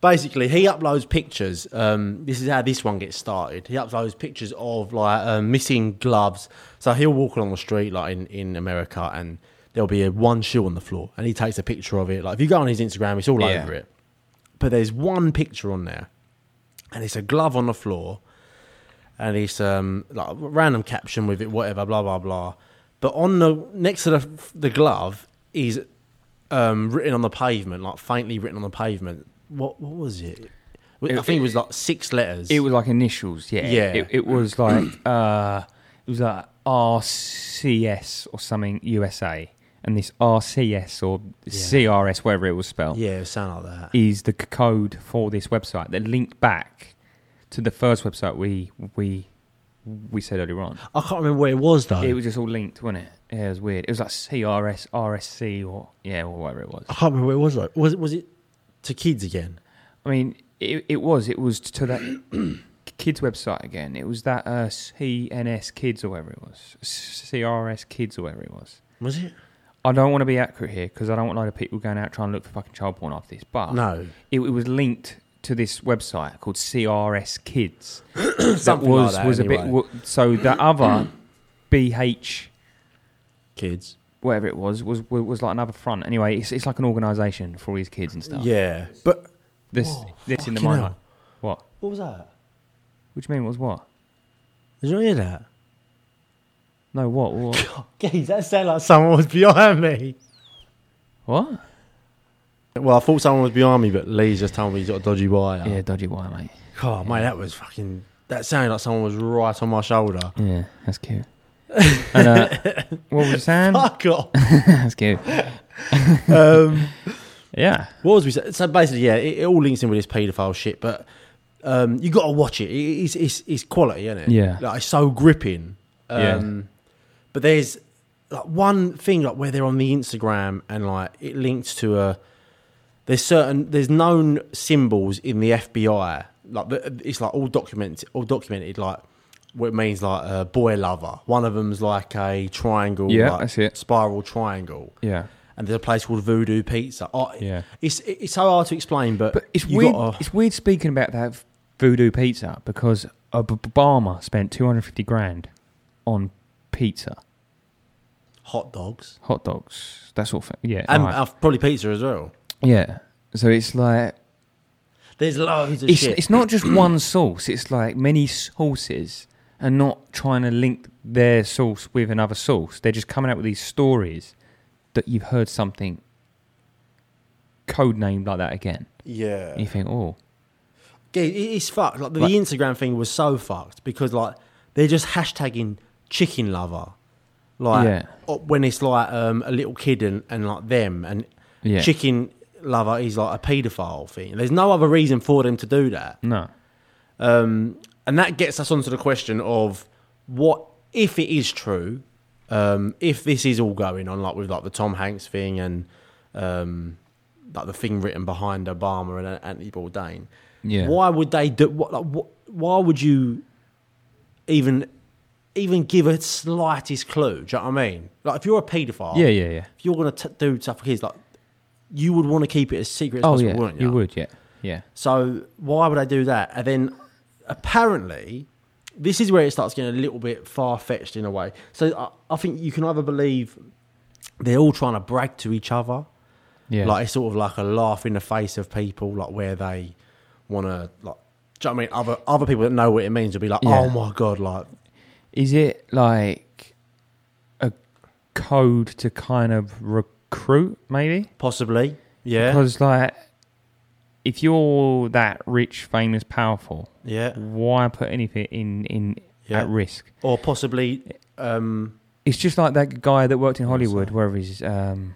Speaker 4: basically, he uploads pictures. Um, this is how this one gets started. He uploads pictures of like um, missing gloves. So he'll walk along the street, like in, in America, and there'll be a one shoe on the floor, and he takes a picture of it. Like if you go on his Instagram, it's all
Speaker 3: Yeah.
Speaker 4: over it. But there's one picture on there, and it's a glove on the floor, and it's um like a random caption with it, whatever, blah blah blah. But on the next to the the glove is um written on the pavement, like faintly written on the pavement. What what was it? I
Speaker 3: It-
Speaker 4: think it, was like six letters.
Speaker 3: It was like initials, yeah.
Speaker 4: Yeah.
Speaker 3: It, it was like uh, it was like RCS or something USA, and this RCS or CRS, whatever it was spelled,
Speaker 4: yeah, it sound like that.
Speaker 3: is the c- code for this website that linked back to the first website we we we said earlier on.
Speaker 4: I can't remember where it was though.
Speaker 3: It was just all linked, wasn't it? Yeah, it was weird. It was like CRS, RSC, or yeah, or whatever it was.
Speaker 4: I can't remember where it was though. Was it was it to kids again?
Speaker 3: I mean, it, it was. It was to that kids website again. It was that uh, CNS Kids or whatever it was. CRS Kids or whatever it was.
Speaker 4: Was it?
Speaker 3: I don't want to be accurate here because I don't want a lot of people going out trying to look for fucking child porn after this. But
Speaker 4: No.
Speaker 3: it, it was linked to this website called CRS Kids. that
Speaker 4: Something like
Speaker 3: was
Speaker 4: that,
Speaker 3: was a bit.
Speaker 4: anyway.
Speaker 3: wo- So the other BH
Speaker 4: Kids.
Speaker 3: whatever it was was was, was like another front. Anyway, it's it's like an organisation for all these kids and stuff.
Speaker 4: Yeah, but
Speaker 3: This this in the
Speaker 4: fucking hell.
Speaker 3: mind. What?
Speaker 4: what was that?
Speaker 3: Which mean was what?
Speaker 4: Did you hear that?
Speaker 3: No, what? What?
Speaker 4: Geez, that sounded like someone was behind me.
Speaker 3: what?
Speaker 4: Well, I thought someone was behind me, but Lee's just told me he's got a dodgy wire.
Speaker 3: Yeah, dodgy wire, mate.
Speaker 4: God, mate, that was fucking. That sounded like someone was right on my shoulder.
Speaker 3: Yeah, that's cute. and, uh, what was you saying?
Speaker 4: Fuck off.
Speaker 3: that's cute.
Speaker 4: um,
Speaker 3: Yeah.
Speaker 4: what was we saying? So basically, yeah, it, it all links in with this paedophile shit, but um, you got to watch it. it it's, it's, it's quality, isn't it?
Speaker 3: Yeah.
Speaker 4: Like, it's so gripping. Um,
Speaker 3: Yeah.
Speaker 4: But there's like one thing like where they're on the Instagram and like it links to a. There's certain there's known symbols in the FBI like the- it's like all documented all documented like what it means like a boy lover. One of them's like a triangle,
Speaker 3: Yeah,
Speaker 4: like,
Speaker 3: that's it.
Speaker 4: spiral triangle
Speaker 3: Yeah.
Speaker 4: and there's a place called Voodoo Pizza. Oh,
Speaker 3: Yeah.
Speaker 4: it's it's so hard to explain, but,
Speaker 3: But it's
Speaker 4: you
Speaker 3: weird.
Speaker 4: gotta-
Speaker 3: It's weird speaking about that voodoo pizza because Obama spent 250 grand on pizza,
Speaker 4: hot dogs
Speaker 3: hot dogs, that sort of thing. Yeah.
Speaker 4: and
Speaker 3: alright.
Speaker 4: uh, probably pizza as well.
Speaker 3: yeah. So it's like
Speaker 4: There's loads of
Speaker 3: it's
Speaker 4: shit.
Speaker 3: it's not just one sauce. It's like many sauces, and not trying to link their sauce with another sauce. They're just coming out with these stories that you've heard something code named like that again.
Speaker 4: yeah,
Speaker 3: And you think, oh,
Speaker 4: Yeah, it- it's fucked. Like the,
Speaker 3: Like-
Speaker 4: Instagram thing was so fucked because like they're just hashtagging chicken lover, like
Speaker 3: Yeah.
Speaker 4: uh, when it's like um, a little kid and, and like them and
Speaker 3: Yeah.
Speaker 4: chicken lover is like a paedophile thing. There's no other reason for them to do that.
Speaker 3: no,
Speaker 4: Um, and that gets us onto the question of what if it is true, um, if this is all going on, like with like the Tom Hanks thing and um, like the thing written behind Obama and Anthony Bourdain,
Speaker 3: Yeah.
Speaker 4: why would they do? What, like, what, why would you even even give a slightest clue? Do you know what I mean? Like if you're a paedophile,
Speaker 3: Yeah, yeah, yeah.
Speaker 4: if you're gonna t- do stuff for kids, like you would want to keep it as secret as
Speaker 3: Oh
Speaker 4: possible,
Speaker 3: yeah,
Speaker 4: wouldn't you?
Speaker 3: you would. Yeah, yeah.
Speaker 4: So why would I do that? And then apparently, this is where it starts getting a little bit far fetched in a way. So I, I think you can either believe they're all trying to brag to each other,
Speaker 3: Yeah.
Speaker 4: like it's sort of like a laugh in the face of people, like where they want to like. Do you know what I mean? Other other people that know what it means will be like,
Speaker 3: Yeah.
Speaker 4: "Oh my god!" Like,
Speaker 3: is it like a code to kind of recruit, maybe?
Speaker 4: possibly, yeah,
Speaker 3: Because like, if you're that rich, famous, powerful,
Speaker 4: yeah,
Speaker 3: why put anything in in
Speaker 4: Yeah.
Speaker 3: at risk?
Speaker 4: or possibly, um,
Speaker 3: It's just like that guy that worked in Hollywood, wherever he's um,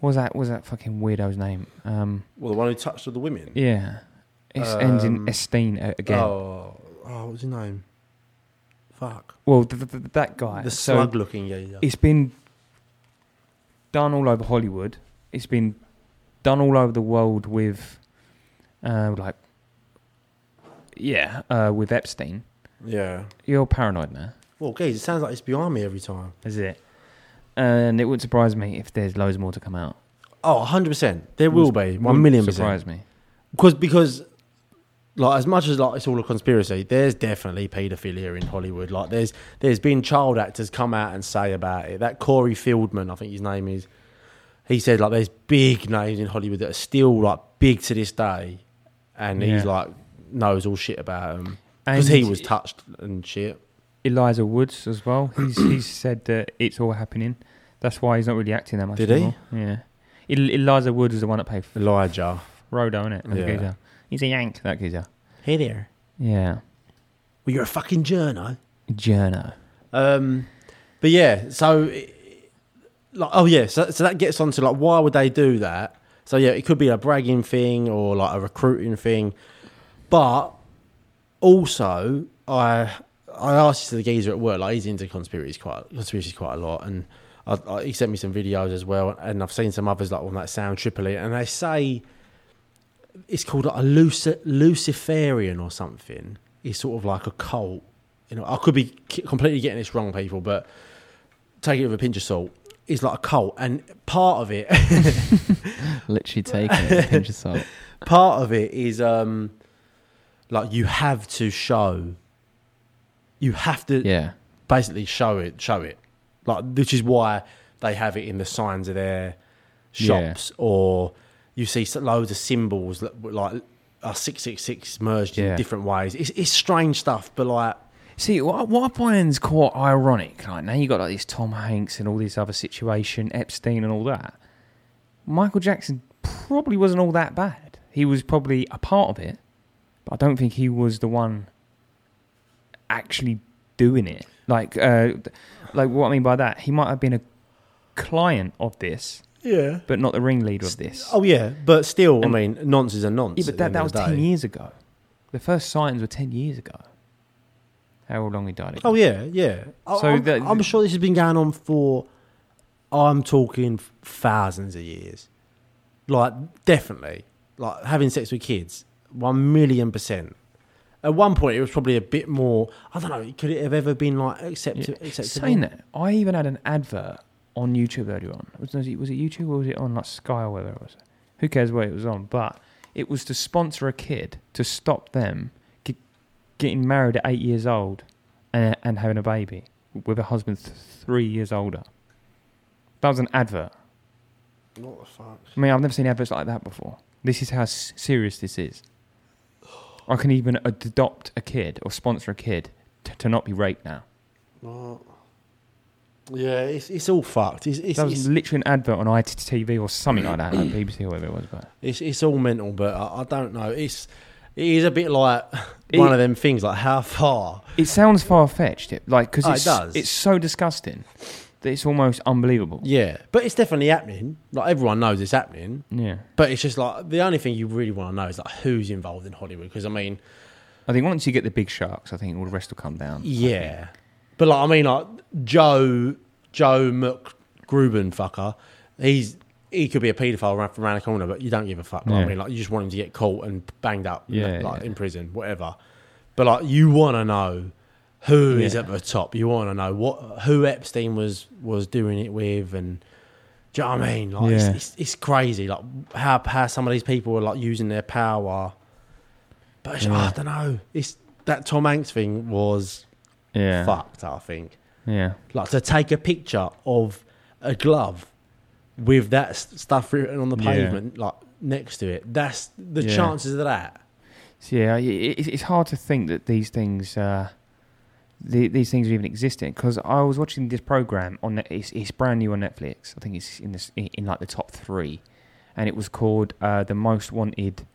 Speaker 3: what was that what was that fucking weirdo's name? Um,
Speaker 4: well, the one who touched with the women.
Speaker 3: yeah, it ends in
Speaker 4: Um,
Speaker 3: Esteem a- again.
Speaker 4: Oh, oh, what was his name? Fuck,
Speaker 3: Well, th- th- th- that guy.
Speaker 4: the
Speaker 3: So-
Speaker 4: slug-looking, yeah, yeah.
Speaker 3: it's been done all over Hollywood. It's been done all over the world with, uh, like, yeah, uh, with Epstein.
Speaker 4: Yeah.
Speaker 3: You're paranoid now,
Speaker 4: Well, guys, it sounds like it's behind me every time.
Speaker 3: is it? And it wouldn't surprise me if there's loads more to come out.
Speaker 4: Oh, 100%. There will be. 1
Speaker 3: Wouldn't
Speaker 4: million percent.
Speaker 3: surprise me.
Speaker 4: Because, because, like, as much as, like, it's all a conspiracy, there's definitely paedophilia in Hollywood. Like, there's there's been child actors come out and say about it. That Corey Fieldman, I think his name is, he said, like, there's big names in Hollywood that are still, like, big to this day. And he's,
Speaker 3: Yeah.
Speaker 4: like, knows all shit about them. Because he
Speaker 3: And-
Speaker 4: was touched and shit.
Speaker 3: Eliza Woods as well. He's he's said that it's all happening. That's why he's not really acting that much.
Speaker 4: Did he?
Speaker 3: anymore. he? Yeah. El- Eliza Woods is the one that played
Speaker 4: Elijah.
Speaker 3: Frodo, isn't it?
Speaker 4: Yeah.
Speaker 3: He's a yank. That geezer.
Speaker 4: Hey there.
Speaker 3: Yeah.
Speaker 4: Well, you're a fucking journo.
Speaker 3: Journo.
Speaker 4: Um, but yeah, so it- like, oh yeah, so, so that gets on to like, why would they do that? So yeah, it could be a bragging thing or like a recruiting thing, but also I I asked the geezer at work, like he's into conspiracies quite conspiracies quite a lot, and I, I, he sent me some videos as well, and I've seen some others like on that sound Tripoli, and they say it's called like a Luci- Luciferian or something. It's sort of like a cult. You know, I could be ki- completely getting this wrong, people, but take it with a pinch of salt. It's like a cult, and part of it,
Speaker 1: Literally taking it with a pinch of salt.
Speaker 4: part of it is um, like you have to show, you have to
Speaker 1: Yeah.
Speaker 4: basically show it, show it, like which is why they have it in the signs of their shops, or you see s- loads of symbols that were like are six six six merged
Speaker 3: Yeah.
Speaker 4: in different ways. It's, it's strange stuff, but like
Speaker 3: See, what, what I find's quite ironic, like now you got like this Tom Hanks and all this other situation, Epstein and all that. Michael Jackson probably wasn't all that bad. He was probably a part of it, but I don't think he was the one actually doing it. Like, uh, like what I mean by that, he might have been a client of this,
Speaker 4: yeah,
Speaker 3: but not the ringleader of this.
Speaker 4: oh yeah, but still,
Speaker 3: And-
Speaker 4: I mean, nonce is a nonce.
Speaker 3: yeah, but
Speaker 4: at the
Speaker 3: that,
Speaker 4: end
Speaker 3: that
Speaker 4: of
Speaker 3: was
Speaker 4: the
Speaker 3: ten
Speaker 4: day.
Speaker 3: years ago. The first sightings were ten years ago. How long he died?
Speaker 4: Oh yeah, yeah. I,
Speaker 3: So
Speaker 4: I'm,
Speaker 3: that-
Speaker 4: I'm sure this has been going on for. I'm talking thousands of years, like definitely, like having sex with kids, one million percent. At one point, it was probably a bit more. I don't know. Could it have ever been like accepted? acceptable?
Speaker 3: Saying that, I even had an advert on YouTube earlier on. Was, was it, was it YouTube or was it on like Sky or whatever it was? Who cares where it was on? But it was to sponsor a kid to stop them ge- getting married at eight years old and, and having a baby with a husband th- three years older. That was an advert.
Speaker 4: What the fuck?
Speaker 3: I mean, I've never seen adverts like that before. This is how s- serious this is. I can even adopt a kid or sponsor a kid t- to not be raped now.
Speaker 4: What? Yeah, it's it's all fucked. It's it's,
Speaker 3: That was
Speaker 4: it's,
Speaker 3: literally an advert on ITV or something like that, like BBC or whatever it was. But
Speaker 4: it's it's all mental. But I, I don't know. It's it is a bit like
Speaker 3: It-
Speaker 4: one of them things. Like how far?
Speaker 3: it sounds far fetched, it like because
Speaker 4: Oh, it
Speaker 3: it's
Speaker 4: does.
Speaker 3: it's so disgusting that it's almost unbelievable.
Speaker 4: Yeah, but it's definitely happening. Like everyone knows it's happening.
Speaker 3: Yeah,
Speaker 4: But it's just like the only thing you really want to know is like who's involved in Hollywood because I mean,
Speaker 3: I think once you get the big sharks, I think all the rest will come down.
Speaker 4: yeah, but But like, I mean, like Joe Joe McGruben fucker, he's he could be a paedophile ra- from around the corner, but you don't give a fuck. Like, I
Speaker 6: Yeah.
Speaker 4: mean, like you just want him to get caught and banged up,
Speaker 6: Yeah,
Speaker 4: like
Speaker 6: yeah.
Speaker 4: in prison, whatever. But like, you want to know who is
Speaker 6: Yeah.
Speaker 4: at the top. You want to know what who Epstein was was doing it with, and do you know what I mean? Like,
Speaker 6: Yeah.
Speaker 4: it's, it's it's crazy, like how how some of these people are like using their power. But it's- I don't know. It's that Tom Hanks thing was
Speaker 6: Yeah.
Speaker 4: fucked. I think
Speaker 6: Yeah.
Speaker 4: like to take a picture of a glove with that s- stuff written on the
Speaker 6: Yeah.
Speaker 4: pavement, like next to it. That's the
Speaker 6: Yeah.
Speaker 4: chances of that.
Speaker 3: So, yeah, i- i- it's it's hard to think that these things, uh, the, these things are even existing. Because I was watching this program on Net- it's, it's brand new on Netflix. I think it's in this in in, like the top three, and it was called uh, the most wanted,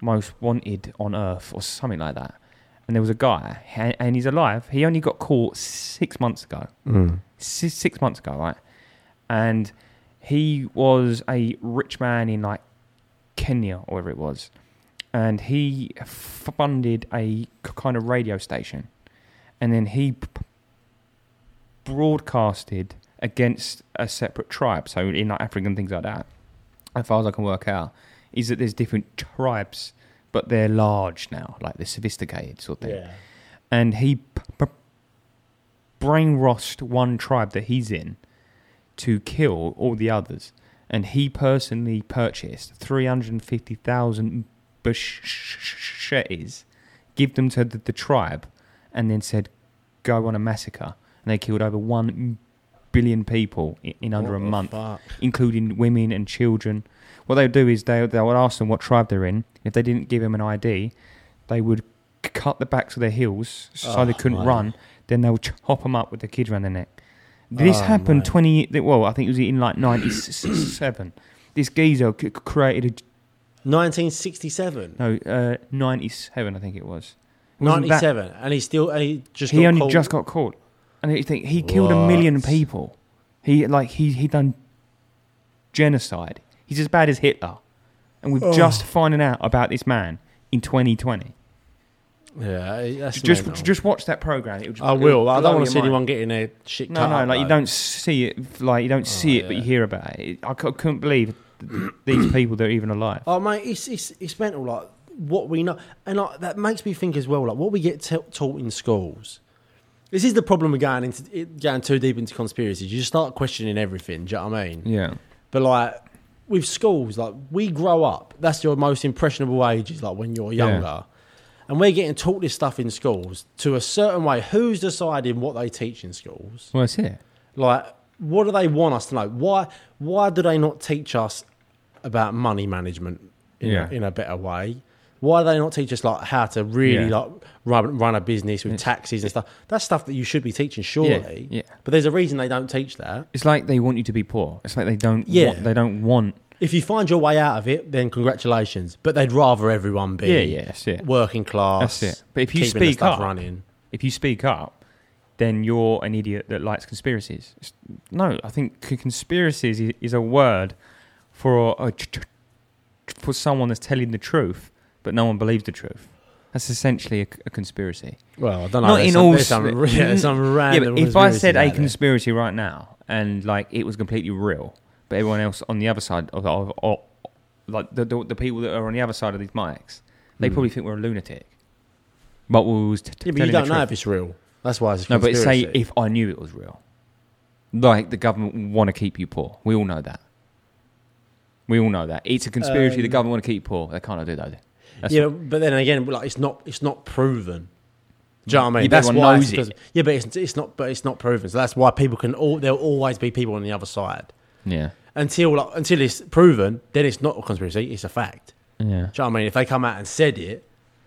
Speaker 3: most wanted on Earth or something like that. And there was a guy, and, and he's alive. He only got caught six months ago si- six months ago, right? And he was a rich man in like Kenya or wherever it was, and he funded a k- kind of radio station, and then he p- p- broadcasted against a separate tribe, so in like Africa and things like that. As far as I can work out, is that there's different tribes, but they're large now, like they're sophisticated sort of thing
Speaker 4: Yeah.
Speaker 3: and he p- p- brainwashed one tribe that he's in to kill all the others. And he personally purchased 350,000 machetes, give them to the, the tribe, and then said, go on a massacre. And they killed over 1 billion people in, in under
Speaker 4: What
Speaker 3: a
Speaker 4: the
Speaker 3: month
Speaker 4: fuck?
Speaker 3: including women and children. What they would do is they, they would ask them what tribe they're in. If they didn't give them an ID, they would c- cut the backs of their heels so
Speaker 4: Oh,
Speaker 3: they couldn't
Speaker 4: mate.
Speaker 3: run. Then they would chop them up with the kid around their neck. This
Speaker 4: Oh,
Speaker 3: happened
Speaker 4: mate.
Speaker 3: 20, ye- well, I think it was in like 97. this geezer c- c- created a,
Speaker 4: 1967,
Speaker 3: no, uh, 97, I think it was. Wasn't that-
Speaker 4: 97, and he still and he just
Speaker 3: he
Speaker 4: got
Speaker 3: only
Speaker 4: caught.
Speaker 3: just got caught. And you think he killed a million
Speaker 4: What?
Speaker 3: people. He like he he done genocide. He's as bad as Hitler. And we're
Speaker 4: Oh.
Speaker 3: just finding out about this man in 2020.
Speaker 4: yeah. That's
Speaker 3: Just
Speaker 4: mental.
Speaker 3: just watch that program. It'll just,
Speaker 4: I
Speaker 3: it'll
Speaker 4: will. I
Speaker 3: blow
Speaker 4: don't want
Speaker 3: your
Speaker 4: to see
Speaker 3: mind.
Speaker 4: anyone getting their shit
Speaker 3: No,
Speaker 4: cut.
Speaker 3: no,
Speaker 4: up,
Speaker 3: like you
Speaker 4: though.
Speaker 3: don't see it. Like you don't see it, but you
Speaker 4: yeah.
Speaker 3: hear about it. I cou- couldn't believe th- these people that are even alive.
Speaker 4: Oh mate, it's it's it's mental. Like what we know, and like that makes me think as well. Like what we get t- taught in schools. This is the problem with going into it- going too deep into conspiracies. You start questioning everything. Do you know what I mean?
Speaker 3: Yeah,
Speaker 4: But like with schools, like we grow up. That's your most impressionable age is like when you're
Speaker 3: Yeah.
Speaker 4: younger. And we're getting taught this stuff in schools to a certain way. Who's deciding what they teach in schools?
Speaker 3: well, that's it.
Speaker 4: Like, what do they want us to know? Why why do they not teach us about money management in,
Speaker 3: Yeah.
Speaker 4: a, in a better way? Why do they not teach us like how to really
Speaker 3: Yeah. Mm.
Speaker 4: like run, run a business with taxes and stuff? That's stuff that you should be teaching, surely.
Speaker 3: yeah.
Speaker 4: But there's a reason they don't teach that.
Speaker 3: It's like they want you to be poor. It's like they don't.
Speaker 4: Yeah.
Speaker 3: want, they don't want.
Speaker 4: If you find your way out of it, then congratulations. But they'd rather everyone be
Speaker 3: Yeah, yeah, that's it.
Speaker 4: working class.
Speaker 3: That's it. But if you
Speaker 4: keeping the
Speaker 3: speak
Speaker 4: stuff
Speaker 3: up-
Speaker 4: running,
Speaker 3: if you speak up, then you're an idiot that likes conspiracies. It's- No, I think c- conspiracies i- is a word for a, ch- ch- for someone that's telling the truth, but no one believes the truth. That's essentially a, c- a conspiracy.
Speaker 4: well, I don't know.
Speaker 3: Not
Speaker 4: there's
Speaker 3: in
Speaker 4: some,
Speaker 3: all
Speaker 4: there's some,
Speaker 3: sp-
Speaker 4: re- yeah, there's some
Speaker 3: yeah,
Speaker 4: random.
Speaker 3: but if I
Speaker 4: conspiracies
Speaker 3: said
Speaker 4: out
Speaker 3: a
Speaker 4: there.
Speaker 3: conspiracy right now and like it was completely real, but everyone else on the other side of, of, of like the, the the people that are on the other side of these mics, they probably think we're a lunatic. But we was t-
Speaker 4: Hmm. yeah, but you
Speaker 3: telling the
Speaker 4: don't know
Speaker 3: truth.
Speaker 4: if it's real. That's why it's a
Speaker 3: No, but say
Speaker 4: conspiracy.
Speaker 3: if I knew it was real. Like the government want to keep you poor. We all know that. We all know that. It's a conspiracy.
Speaker 4: Um,
Speaker 3: the government want to keep you poor. They can't do that. That's
Speaker 4: yeah, but then again, like it's not it's not proven. Do you know what I mean?
Speaker 3: Yeah, but
Speaker 4: that's
Speaker 3: everyone
Speaker 4: why.
Speaker 3: knows
Speaker 4: it's-
Speaker 3: it.
Speaker 4: Yeah, but it's, it's not. But it's not proven. So that's why people can. All there'll always be people on the other side
Speaker 3: Yeah.
Speaker 4: until like, until it's proven. Then it's not a conspiracy. It's a fact.
Speaker 3: Yeah.
Speaker 4: Do you know what I mean? If they come out and said it,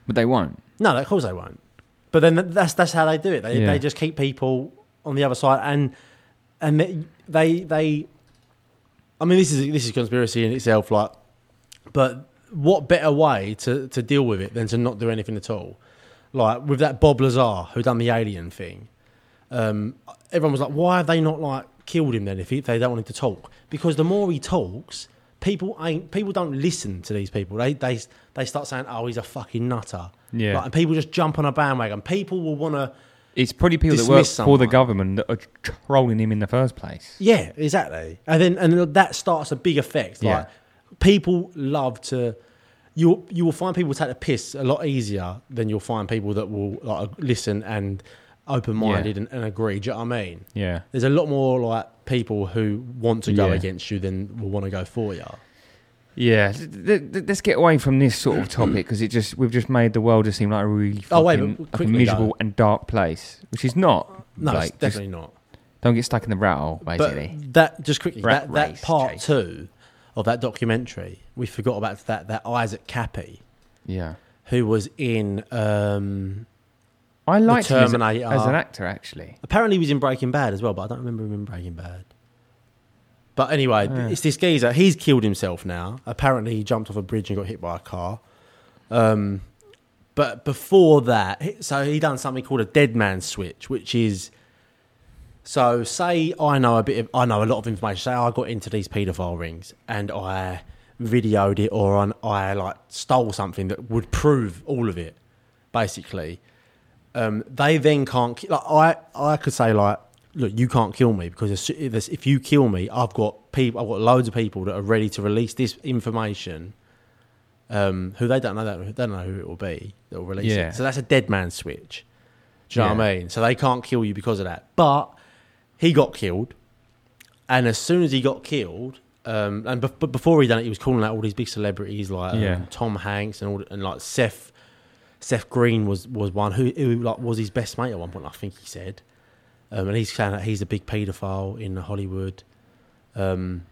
Speaker 3: But they won't.
Speaker 4: No, of course they won't. But then th- that's that's how they do it. They
Speaker 3: Yeah.
Speaker 4: they just keep people on the other side, and and they- they they. I mean, this is this is conspiracy in itself, like, but what better way to to deal with it than to not do anything at all? Like with that Bob Lazar who done the alien thing, um, everyone was like, why have they not like killed him then if, he, if they don't want him to talk? Because the more he talks, people ain't people don't listen to these people. They they they start saying, oh, he's a fucking nutter.
Speaker 3: Yeah.
Speaker 4: Like, and people just jump on a bandwagon. People will want to.
Speaker 3: It's probably people that work
Speaker 4: Dismiss
Speaker 3: for the
Speaker 4: someone.
Speaker 3: government that are trolling him in the first place.
Speaker 4: Yeah, exactly. And then and that starts a big effect.
Speaker 3: Yeah.
Speaker 4: Like people love to you you will find people take the piss a lot easier than you'll find people that will like listen and open minded and, and agree. Do you know what I mean?
Speaker 3: Yeah.
Speaker 4: There's a lot more like people who want to go
Speaker 3: Yeah.
Speaker 4: against you than will want to go for you.
Speaker 3: Yeah, th- th- th- let's get away from this sort of topic because it just we've just made the world just seem like a really fucking,
Speaker 4: Oh, wait, but
Speaker 3: like a
Speaker 4: quickly,
Speaker 3: miserable and dark place, which is not.
Speaker 4: No,
Speaker 3: like,
Speaker 4: it's
Speaker 3: just
Speaker 4: definitely not.
Speaker 3: don't get stuck in the rat hole,
Speaker 4: But
Speaker 3: basically.
Speaker 4: that just quickly
Speaker 3: Rat
Speaker 4: that, that
Speaker 3: race,
Speaker 4: part
Speaker 3: Jake.
Speaker 4: two of that documentary, we forgot about that that Isaac Cappy
Speaker 3: yeah,
Speaker 4: who was in um
Speaker 3: I liked him as, a-
Speaker 4: Terminator.
Speaker 3: as an actor actually.
Speaker 4: Apparently, he was in Breaking Bad as well, but I don't remember him in Breaking Bad. But anyway,
Speaker 3: Yeah.
Speaker 4: it's this geezer. He's killed himself now. Apparently, he jumped off a bridge and got hit by a car. Um, but before that, he- so he done something called a dead man switch, which is so say I know a bit of I know a lot of information. Say I got into these paedophile rings and I videoed it or I, I like stole something that would prove all of it, basically um, they then can't. ki- Like, I I could say like, look, you can't kill me because as soo- if this- if you kill me, I've got people, I've got loads of people that are ready to release this information. Um, who they don't know that they don't know who it will be that will release
Speaker 3: Yeah.
Speaker 4: it. So that's a dead man switch. Do you know what I mean? So they can't kill you because of that. But he got killed, and as soon as he got killed. Um, and bef- but before he done it, he was calling out all these big celebrities like um,
Speaker 3: Yeah.
Speaker 4: Tom Hanks and all, and like Seth Seth Green was was one who, who like was his best mate at one point. I think he said, um, and he's saying that he's a big paedophile in Hollywood. Um,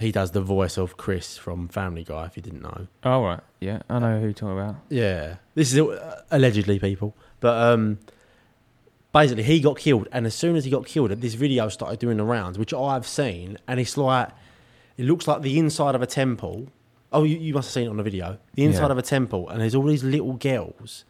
Speaker 4: he does the voice of Chris from Family Guy. If you didn't know,
Speaker 3: Oh right, yeah, I know who you're talking about.
Speaker 4: yeah, this is uh, allegedly people, but um, basically he got killed, and as soon as he got killed, this video started doing the rounds, which I've seen, and it's like it looks like the inside of a temple. Oh, you, you must have seen it on the video. The inside
Speaker 3: Yeah.
Speaker 4: of a temple, and there's all these little girls,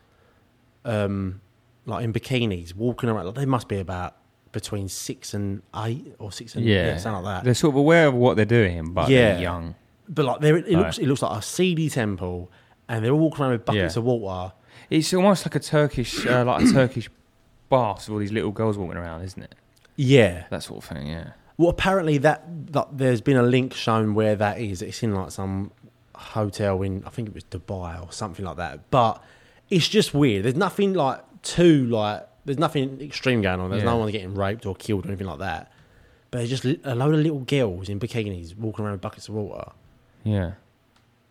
Speaker 4: um, like in bikinis, walking around. Like they must be about between six and eight or six and yeah,
Speaker 3: Yeah.
Speaker 4: something like that.
Speaker 3: Uh, They're sort of aware of what they're doing, but
Speaker 4: Yeah.
Speaker 3: they're young.
Speaker 4: but like they're, it
Speaker 3: Right.
Speaker 4: looks, it looks like a seedy temple, and they're all walking around with buckets
Speaker 3: Yeah.
Speaker 4: of water.
Speaker 3: It's almost like a Turkish, uh, like a Turkish bath with all these little girls walking around, isn't it?
Speaker 4: Yeah.
Speaker 3: That sort of thing. Yeah.
Speaker 4: Well, apparently that, that there's been a link shown where that is. It's in like some hotel in I think it was Dubai or something like that. But it's just weird. There's nothing like too like there's nothing extreme going on. There's no
Speaker 3: Yeah.
Speaker 4: one getting raped or killed or anything like that. But there's just li- a load of little girls in bikinis walking around with buckets of water.
Speaker 3: Yeah.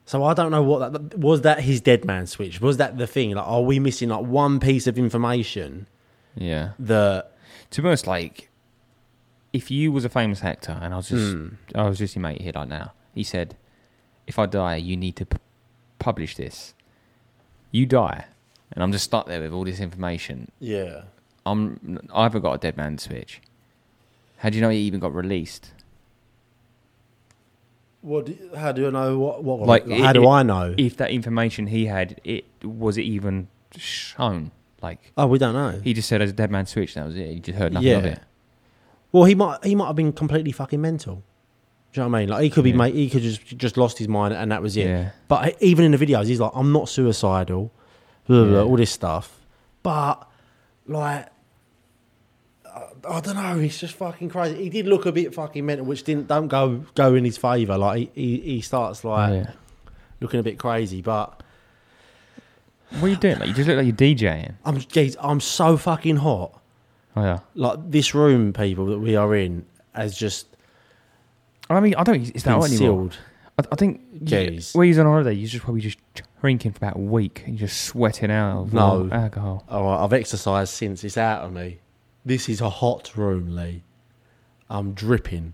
Speaker 4: So I don't know what that was. That his dead man switch was that the thing? Like, are we missing like one piece of information
Speaker 3: Yeah.
Speaker 4: that?
Speaker 3: to be honest, like if you was a famous actor and I was just I was just your mate here like now, he said, "If I die, you need to p- publish this. You die, and I'm just stuck there with all this information.
Speaker 4: Yeah.
Speaker 3: I'm I haven't got a dead man switch. How do you know he even got released?
Speaker 4: What? do- How do I know what? What?
Speaker 3: Like,
Speaker 4: like, how
Speaker 3: it-
Speaker 4: do
Speaker 3: it-
Speaker 4: I know?
Speaker 3: If that information he had, it was it even shown? Like
Speaker 4: oh, we don't know.
Speaker 3: he just said, "As a dead man switch." That was it. You just heard nothing of
Speaker 4: Yeah.
Speaker 3: it.
Speaker 4: Well, he might he might have been completely fucking mental. Do you know what I mean? Like he could be
Speaker 3: Yeah.
Speaker 4: mate, he could just just lost his mind and that was it.
Speaker 3: Yeah.
Speaker 4: But I- even in the videos, he's like, "I'm not suicidal," blah, blah, blah,
Speaker 3: Yeah.
Speaker 4: all this stuff. But like, I, I don't know. It's just fucking crazy. He did look a bit fucking mental, which didn't don't go go in his favor. Like he he, he starts like
Speaker 3: Yeah.
Speaker 4: looking a bit crazy, but.
Speaker 3: What are you doing? Like, you just look like you're DJing.
Speaker 4: I'm, geez, I'm so fucking hot.
Speaker 3: Oh yeah.
Speaker 4: Like this room, people that we are in, has just
Speaker 3: I mean, I don't. It's that
Speaker 4: been
Speaker 3: hot anymore.
Speaker 4: sealed.
Speaker 3: I, I think you,
Speaker 4: Jeez.
Speaker 3: where he's on holiday, you're just probably just drinking for about a week and you're just sweating out of all
Speaker 4: No.
Speaker 3: alcohol.
Speaker 4: All right, Oh, I've exercised since it's out of me. This is a hot room, Lee. I'm dripping.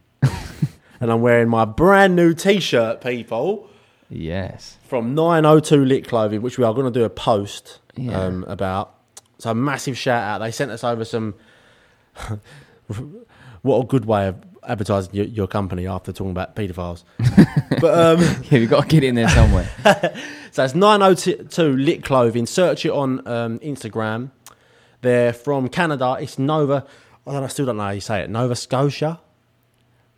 Speaker 4: and I'm wearing my brand new t shirt, people,
Speaker 3: Yes.
Speaker 4: from 902 Lit Clothing, which we are going to do a post
Speaker 3: Yeah.
Speaker 4: um, about. So, massive shout out. They sent us over some. what a good way of advertising your, your company after talking about paedophiles. but. Um,
Speaker 3: Yeah, we've got to get it in there somewhere.
Speaker 4: So that's 902 Lit Clothing. Search it on um, Instagram. They're from Canada. It's Nova. I, don't, I still don't know how you say it. Nova Scotia?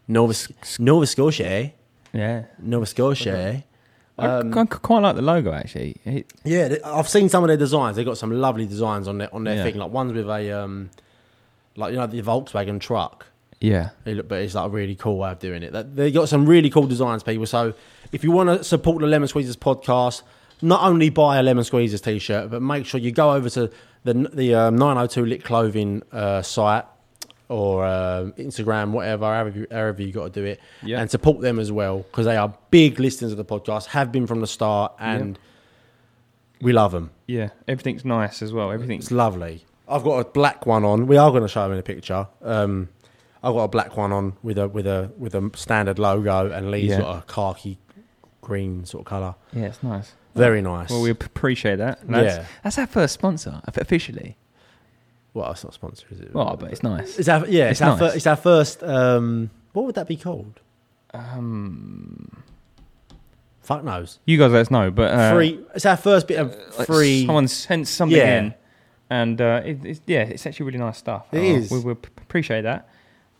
Speaker 4: Nova, Nova Scotia. eh?
Speaker 3: yeah.
Speaker 4: Nova Scotia. eh? Um,
Speaker 3: I quite like the logo actually. It,
Speaker 4: Yeah, th- I've seen some of their designs. They've got some lovely designs on their on their
Speaker 3: Yeah.
Speaker 4: thing. Like ones with a um, like you know the Volkswagen truck.
Speaker 3: yeah,
Speaker 4: They look- But it's like a really cool way of doing it. That- They got some really cool designs, people. So if you want to support the Lemon Squeezers podcast, not only buy a Lemon Squeezers t-shirt, but make sure you go over to the the um, 902 Lit Clothing uh, site or uh, Instagram, whatever, however you, however you got to do it,
Speaker 3: Yeah.
Speaker 4: and support them as well because they are big listeners of the podcast, have been from the start, and we love them.
Speaker 3: yeah. Everything's nice as well. Everything's
Speaker 4: It's lovely. I've got a black one on. We are going to show him in a picture. Um, I've got a black one on with a with a with a standard logo, and Lee's
Speaker 3: Yeah.
Speaker 4: got a khaki green sort of color.
Speaker 3: yeah, it's nice.
Speaker 4: Very nice.
Speaker 3: Oh. Well, we ap- appreciate that. And That's,
Speaker 4: Yeah.
Speaker 3: that's our first sponsor of- officially.
Speaker 4: well, it's not sponsored, is it?
Speaker 3: Well, but it's nice.
Speaker 4: it's our, yeah, it's,
Speaker 3: it's
Speaker 4: our
Speaker 3: nice.
Speaker 4: fir- it's our first. Um, what would that be called?
Speaker 3: Um,
Speaker 4: Fuck knows.
Speaker 3: you guys let us know, but uh,
Speaker 4: free. It's our first bit of
Speaker 3: like,
Speaker 4: free.
Speaker 3: Someone sent something
Speaker 4: Yeah.
Speaker 3: in, and uh, it, it's, yeah, it's actually really nice stuff.
Speaker 4: It
Speaker 3: It
Speaker 4: is.
Speaker 3: is. We, we p- appreciate that,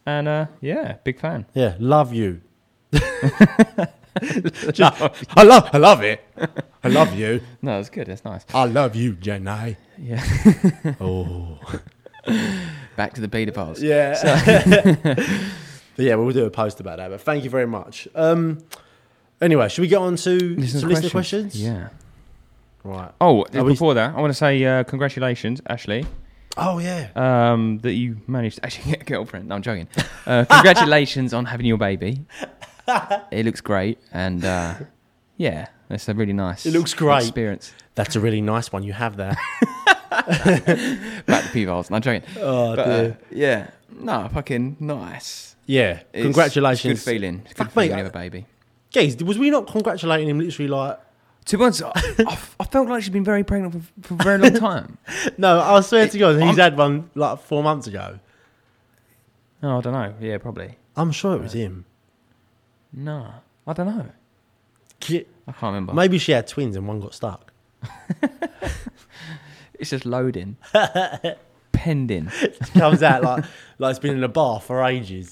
Speaker 3: and uh, yeah, big fan.
Speaker 4: Yeah, love you. Just- I love. I love it. I love you.
Speaker 3: No, it's good. It's nice.
Speaker 4: I love you, Jenny.
Speaker 3: Yeah.
Speaker 4: Oh.
Speaker 3: Back to the beta files.
Speaker 4: Yeah. but yeah, we'll do a post about that. But thank you very much. Um, anyway, should we get on to some listener questions?
Speaker 3: Yeah.
Speaker 4: Right.
Speaker 3: Oh,
Speaker 4: Are we-
Speaker 3: before that, I want to say uh, congratulations, Ashley,
Speaker 4: Oh yeah.
Speaker 3: um, that you managed to actually get a girlfriend. No, I'm joking. Uh, congratulations on having your baby. It looks great, and uh, yeah, it's a really nice.
Speaker 4: It looks great.
Speaker 3: Experience.
Speaker 4: That's a really nice one you have there.
Speaker 3: Back to P-Vols. No, I'm joking.
Speaker 4: oh
Speaker 3: But, uh,
Speaker 4: dear.
Speaker 3: yeah, no, fucking nice.
Speaker 4: Yeah.
Speaker 3: It's-
Speaker 4: Congratulations.
Speaker 3: It's good feeling. It's a
Speaker 4: Fuck,
Speaker 3: good feeling
Speaker 4: mate,
Speaker 3: when you have a baby.
Speaker 4: Geez, was we not congratulating him literally like
Speaker 3: To be honest, I, I, I felt like she's been very pregnant for, for a very long time.
Speaker 4: No, I swear to
Speaker 3: It-
Speaker 4: God, he's
Speaker 3: I'm-
Speaker 4: had one like four months ago.
Speaker 3: oh, I don't know. Yeah, probably.
Speaker 4: I'm sure it was him.
Speaker 3: No, I don't know.
Speaker 4: Ki-
Speaker 3: I can't remember.
Speaker 4: Maybe she had twins and one got stuck.
Speaker 3: It's just loading. Pending.
Speaker 4: Comes out like like it's been in a bath for ages.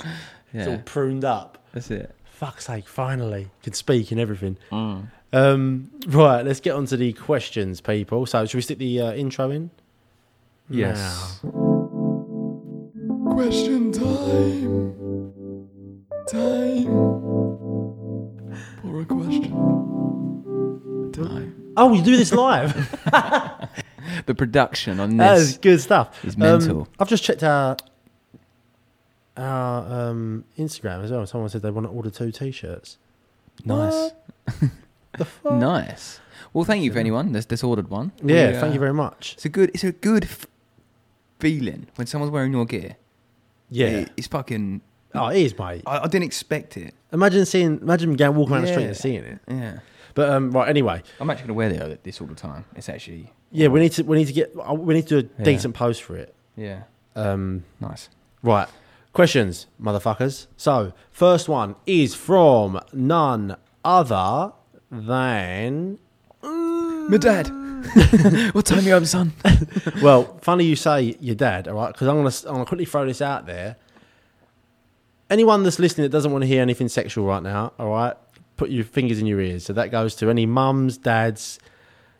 Speaker 4: It's all
Speaker 3: Yeah,
Speaker 4: pruned up.
Speaker 3: that's it.
Speaker 4: Fuck's sake, finally. Can speak and everything. Um, right, let's get on to the questions, people. So, should we stick the uh, intro in?
Speaker 3: Yes.
Speaker 7: Question time. Time. For a question. Time.
Speaker 4: Oh, you do this live?
Speaker 3: The production on
Speaker 4: that is
Speaker 3: this.
Speaker 4: good stuff.
Speaker 3: is
Speaker 4: Um,
Speaker 3: mental.
Speaker 4: I've just checked our, our um, Instagram as well. Someone said they want to order two t shirts.
Speaker 3: nice.
Speaker 4: The fuck?
Speaker 3: Nice. Well, thank you for anyone that's disordered one.
Speaker 4: Yeah,
Speaker 3: We, uh,
Speaker 4: thank you very much.
Speaker 3: It's a good. It's a good f- feeling when someone's wearing your gear.
Speaker 4: Yeah.
Speaker 3: It- it's fucking.
Speaker 4: Oh, it is, mate.
Speaker 3: I, I didn't expect it.
Speaker 4: Imagine seeing, imagine going walking around the street
Speaker 3: Yeah.
Speaker 4: and seeing it.
Speaker 3: Yeah.
Speaker 4: But, um, right, anyway.
Speaker 3: I'm actually gonna wear the- this all the time. It's actually.
Speaker 4: Yeah, we need to, we need to get, uh, we need to do a
Speaker 3: Yeah.
Speaker 4: decent post for it.
Speaker 3: Yeah.
Speaker 4: Um,
Speaker 3: Nice.
Speaker 4: Right. Questions, motherfuckers. So, first one is from none other than.
Speaker 3: My dad. what time you up, son?
Speaker 4: Well, funny you say your dad, all right? Because I'm going to I'm gonna quickly throw this out there. Anyone that's listening that doesn't want to hear anything sexual right now, all right? Put your fingers in your ears. So that goes to any mums, dads,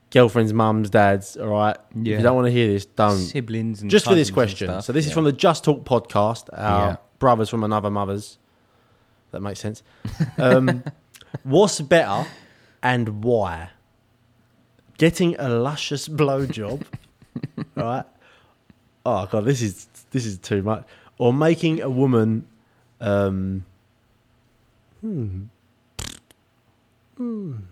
Speaker 4: girlfriends, mums, dads, all right? If
Speaker 3: Yeah.
Speaker 4: you don't want to hear this, don't.
Speaker 3: Siblings. And
Speaker 4: Um, Just for this
Speaker 3: cousins and
Speaker 4: question.
Speaker 3: stuff.
Speaker 4: So this is
Speaker 3: Yeah.
Speaker 4: from the Just Talk podcast. Our
Speaker 3: Yeah.
Speaker 4: brothers from another mother's. That makes sense. Um, what's better and why? Getting a luscious blowjob, right? Oh god, this is this is too much. Or making a woman, um, hmm,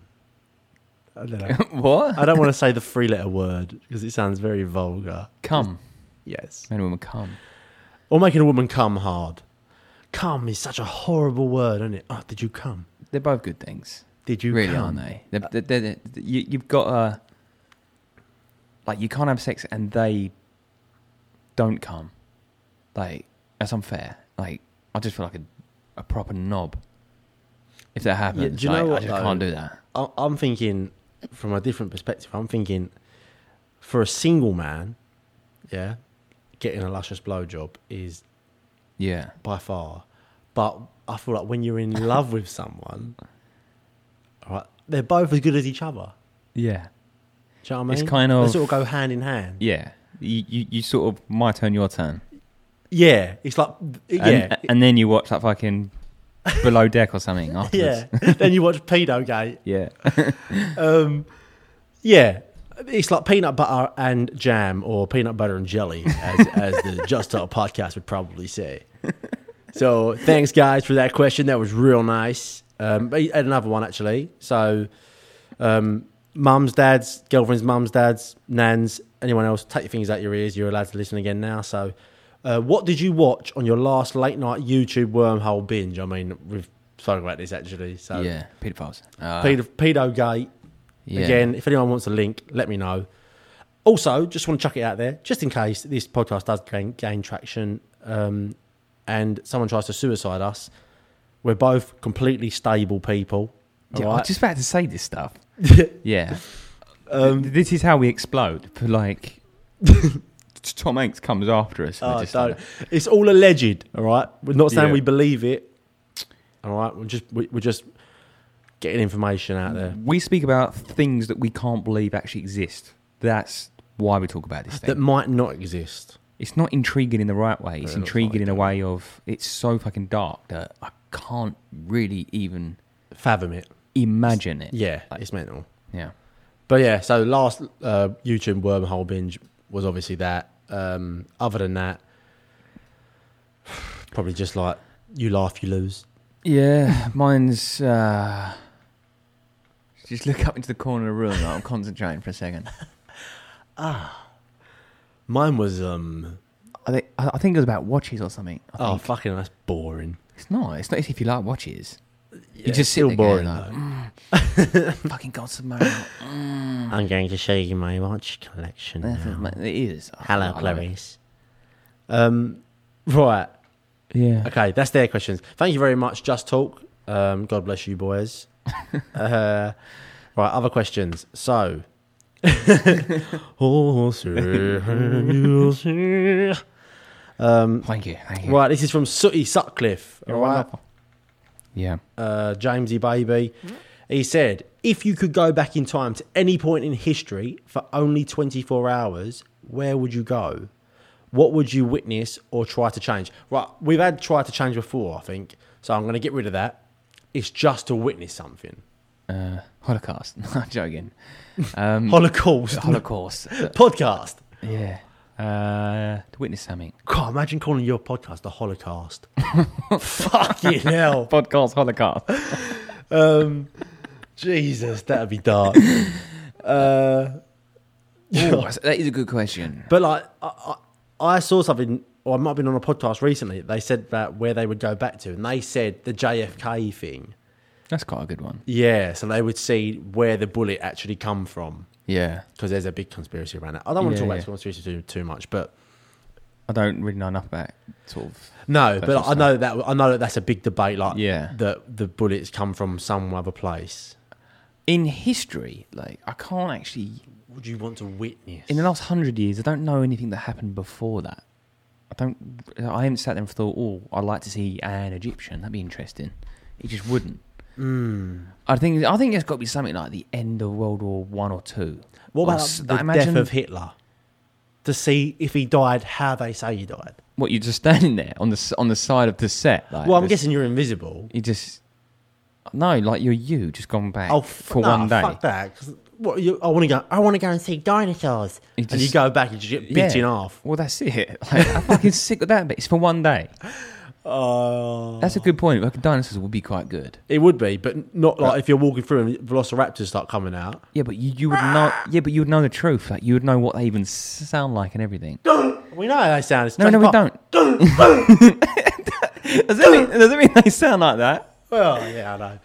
Speaker 4: hmm. I don't know.
Speaker 3: what?
Speaker 4: I don't want to say the three-letter word because it sounds very vulgar.
Speaker 3: Come.
Speaker 4: Yes.
Speaker 3: Men and women come.
Speaker 4: Or making a woman come hard. Come is such a horrible word, isn't it? Oh, did you come?
Speaker 3: They're both good things.
Speaker 4: Did you
Speaker 3: really,
Speaker 4: come?
Speaker 3: aren't they? They're, they're, they're, they're- you, you've got a like you can't have sex and they don't come. Like that's unfair. Like I just feel like a, a proper knob if that happens.
Speaker 4: do you
Speaker 3: Like,
Speaker 4: know
Speaker 3: I
Speaker 4: what,
Speaker 3: just
Speaker 4: though?
Speaker 3: can't do that.
Speaker 4: I- I'm thinking from a different perspective. I'm thinking for a single man, yeah, getting a luscious blowjob is
Speaker 3: Yeah,
Speaker 4: by far. But I feel like when you're in love with someone, all right, they're both as good as each other.
Speaker 3: Yeah.
Speaker 4: Do you know what I mean?
Speaker 3: It's kind
Speaker 4: they
Speaker 3: of-
Speaker 4: sort of go hand in hand.
Speaker 3: Yeah. You, you, you sort of my turn, your turn.
Speaker 4: Yeah, it's like yeah,
Speaker 3: And, and then you watch that fucking below deck or something
Speaker 4: yeah.
Speaker 3: afterwards.
Speaker 4: then you watch Pedogate.
Speaker 3: Yeah.
Speaker 4: Um, yeah, it's like peanut butter and jam, or peanut butter and jelly, as, as the Just Talk podcast would probably say. So thanks, guys, for that question. That was real nice. Um, but he had another one actually. So, um, mums, dads, girlfriends, mums, dads, nans, anyone else, take your things out your ears. You're allowed to listen again now. So, uh, what did you watch on your last late night YouTube wormhole binge? I mean, we've spoken about this actually. So,
Speaker 3: yeah. Pedophiles. Uh,
Speaker 4: pedo, pedo gate.
Speaker 3: yeah.
Speaker 4: Again, if anyone wants a link, let me know. Also, just want to chuck it out there, just in case this podcast does gain, gain traction um, and someone tries to suicide us. We're both completely stable people.
Speaker 3: Yeah, I
Speaker 4: alright?
Speaker 3: was just about to say this stuff. yeah. Th- this is how we explode. For like, Tom Hanks comes after us. and
Speaker 4: Oh,
Speaker 3: we're just
Speaker 4: don't.
Speaker 3: like,
Speaker 4: It's all alleged, all right? We're not saying
Speaker 3: Yeah.
Speaker 4: we believe it, all right? We're just, we- we're just getting information out there.
Speaker 3: we speak about things that we can't believe actually exist. That's why we talk about this thing.
Speaker 4: That might not exist.
Speaker 3: it's not intriguing in the right way. It's
Speaker 4: Very much
Speaker 3: intriguing
Speaker 4: like
Speaker 3: in a
Speaker 4: that.
Speaker 3: way of it's so fucking dark that I can't really even
Speaker 4: Fathom it.
Speaker 3: imagine it.
Speaker 4: Yeah, it's mental.
Speaker 3: Yeah.
Speaker 4: But yeah, so last uh, YouTube wormhole binge was obviously that. Um, other than that, probably just like you laugh, you lose.
Speaker 3: Yeah, mine's. Uh, just look up into the corner of the room. I'm concentrating for a second.
Speaker 4: Mine was um
Speaker 3: I think I I think it was about watches or something. I
Speaker 4: oh
Speaker 3: think.
Speaker 4: fucking that's boring.
Speaker 3: It's not. It's not as if you like watches.
Speaker 4: Yeah,
Speaker 3: you just sit
Speaker 4: still
Speaker 3: there
Speaker 4: boring
Speaker 3: boring. Like,
Speaker 4: though.
Speaker 3: "Mm, fucking God, Simone.
Speaker 5: I'm going to show you my watch collection now.
Speaker 3: it is. Oh, I
Speaker 5: Hello,
Speaker 3: love it.
Speaker 5: Clarice.
Speaker 4: Um, right,
Speaker 3: Yeah.
Speaker 4: okay, that's their questions. Thank you very much, Just Talk. Um, God bless you, boys. uh, right, other questions. So, um,
Speaker 3: Thank you. Thank you.
Speaker 4: Right, this is from Sooty Sutcliffe.
Speaker 3: You're
Speaker 4: all right?
Speaker 3: wonderful. Yeah.
Speaker 4: uh, Jamesy Baby. He said, if you could go back in time to any point in history for only 24 hours, where would you go? What would you witness or try to change? Right, we've had try to change before, I think. So I'm going to get rid of that. It's just to witness something.
Speaker 3: Uh, Holocaust. No, I'm joking. Um,
Speaker 4: Holocaust.
Speaker 3: Holocaust.
Speaker 4: podcast.
Speaker 3: yeah. Uh, to witness something.
Speaker 4: God, imagine calling your podcast the Holocaust. Fucking hell.
Speaker 3: Podcast Holocaust.
Speaker 4: Um, Jesus, that'd be dark. Uh,
Speaker 3: Ooh, that is a good question.
Speaker 4: But like, I, I, I saw something, or I might have been on a podcast recently. They said that where they would go back to, and they said the JFK thing.
Speaker 3: That's quite a good one.
Speaker 4: Yeah, so they would see where the bullet actually come from
Speaker 3: Yeah.
Speaker 4: because there's a big conspiracy around that. I don't want to
Speaker 3: Yeah,
Speaker 4: talk about
Speaker 3: yeah.
Speaker 4: this conspiracy too, too much, but
Speaker 3: I don't really know enough about sort of.
Speaker 4: no,
Speaker 3: That's
Speaker 4: but
Speaker 3: what's
Speaker 4: I know that I know that that's a big debate. Like,
Speaker 3: Yeah.
Speaker 4: that the bullets come from some other place.
Speaker 3: In history, like, I can't actually.
Speaker 4: Would you want to witness?
Speaker 3: In the last hundred years, I don't know anything that happened before that. I don't. I haven't sat there and thought, "Oh, I'd like to see an Egyptian. That'd be interesting." It just wouldn't.
Speaker 4: Hmm.
Speaker 3: I think. I think there's got to be something like the end of World War One or two.
Speaker 4: what
Speaker 3: Or
Speaker 4: about
Speaker 3: s-
Speaker 4: the
Speaker 3: imagine-
Speaker 4: death of Hitler? To see if he died, how they say he died.
Speaker 3: What you're just standing there on the s- on the side of the set. Like,
Speaker 4: Well, I'm
Speaker 3: this-
Speaker 4: guessing you're invisible.
Speaker 3: you just no, like you're you just gone back
Speaker 4: Oh, f-
Speaker 3: for
Speaker 4: no,
Speaker 3: one day.
Speaker 4: Fuck that. 'cause What, you, I want to go. I want to go and see dinosaurs.
Speaker 3: You
Speaker 4: and you
Speaker 3: just-
Speaker 4: go back and you get
Speaker 3: Yeah.
Speaker 4: bit in half.
Speaker 3: Well, that's it. Like, I'm fucking sick of that. But it's for one day.
Speaker 4: Oh,
Speaker 3: That's a good point. Like dinosaurs would be quite good.
Speaker 4: it would be, but not like if you're walking through and velociraptors start coming out.
Speaker 3: Yeah, but you, you would know. Yeah, but you would know the truth. Like you would know what they even sound like and everything. No,
Speaker 4: We know how they sound. It's
Speaker 3: no,
Speaker 4: Jurassic
Speaker 3: we
Speaker 4: Park.
Speaker 3: don't. does that mean does that mean they sound like that?
Speaker 4: Well, yeah, I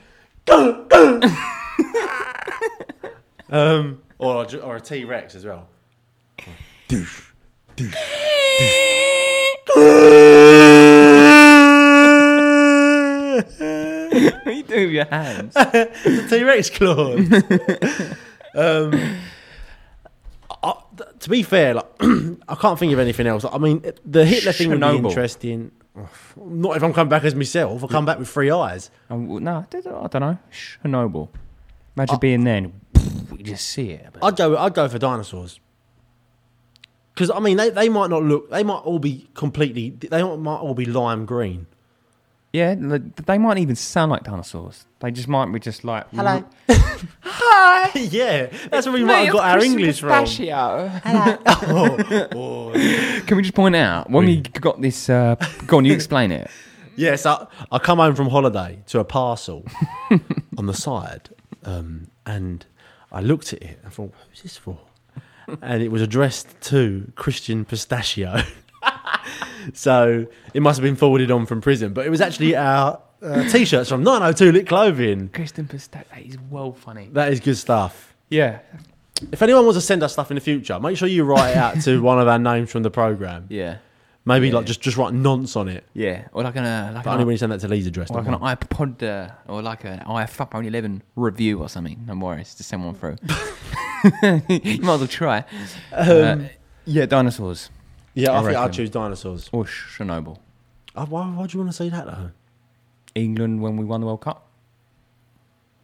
Speaker 4: know. um, or a ju- or a T Rex as well.
Speaker 3: What are you doing with your hands? Oh,
Speaker 4: T Rex claws. um, I, th- to be fair, like I can't think of anything else. I mean, the Hitler thing would be
Speaker 3: Chernobyl.
Speaker 4: interesting. Not if I'm coming back as myself. I'll come back with three eyes.
Speaker 3: Oh, well, no, I don't know. Chernobyl.
Speaker 4: Uh,
Speaker 3: Imagine being there and you just see it.
Speaker 4: I'd go. I'd go for dinosaurs. Because I mean, they, they might not look. They might all be completely. They might all be lime green.
Speaker 3: Yeah, like, they might even sound like dinosaurs. They just might be just like "Mm, hello.
Speaker 4: yeah, that's where we might have got our English Oh, from.
Speaker 3: Can we just point out when we got this? Uh, go on, you explain it.
Speaker 4: Yes, I, I come home from holiday to a parcel on the side, um, and I looked at it and thought, "Who's this for?" And it was addressed to Christian Pistachio, so it must have been forwarded on from prison. But it was actually our uh, t-shirts from 902 Lit Clothing.
Speaker 3: Kristen Pistak, that is well funny.
Speaker 4: That is good stuff.
Speaker 3: Yeah,
Speaker 4: If anyone wants to send us stuff in the future, make sure you write it out to one of our names from the program.
Speaker 3: yeah,
Speaker 4: Maybe like just just write nonce on it.
Speaker 3: yeah. Or like an uh, like,
Speaker 4: But only
Speaker 3: an,
Speaker 4: when you send that to Lee's address.
Speaker 3: or like
Speaker 4: not
Speaker 3: an
Speaker 4: mine.
Speaker 3: iPod uh, or like an iPhone 11 review or something. No worries, just send one through. you might as well try. Uh, yeah, dinosaurs
Speaker 4: yeah, I,
Speaker 3: I
Speaker 4: think I'd
Speaker 3: reckon.
Speaker 4: choose dinosaurs.
Speaker 3: or Chernobyl.
Speaker 4: Uh, why, why do you want to say that though?
Speaker 3: England when we won the World Cup.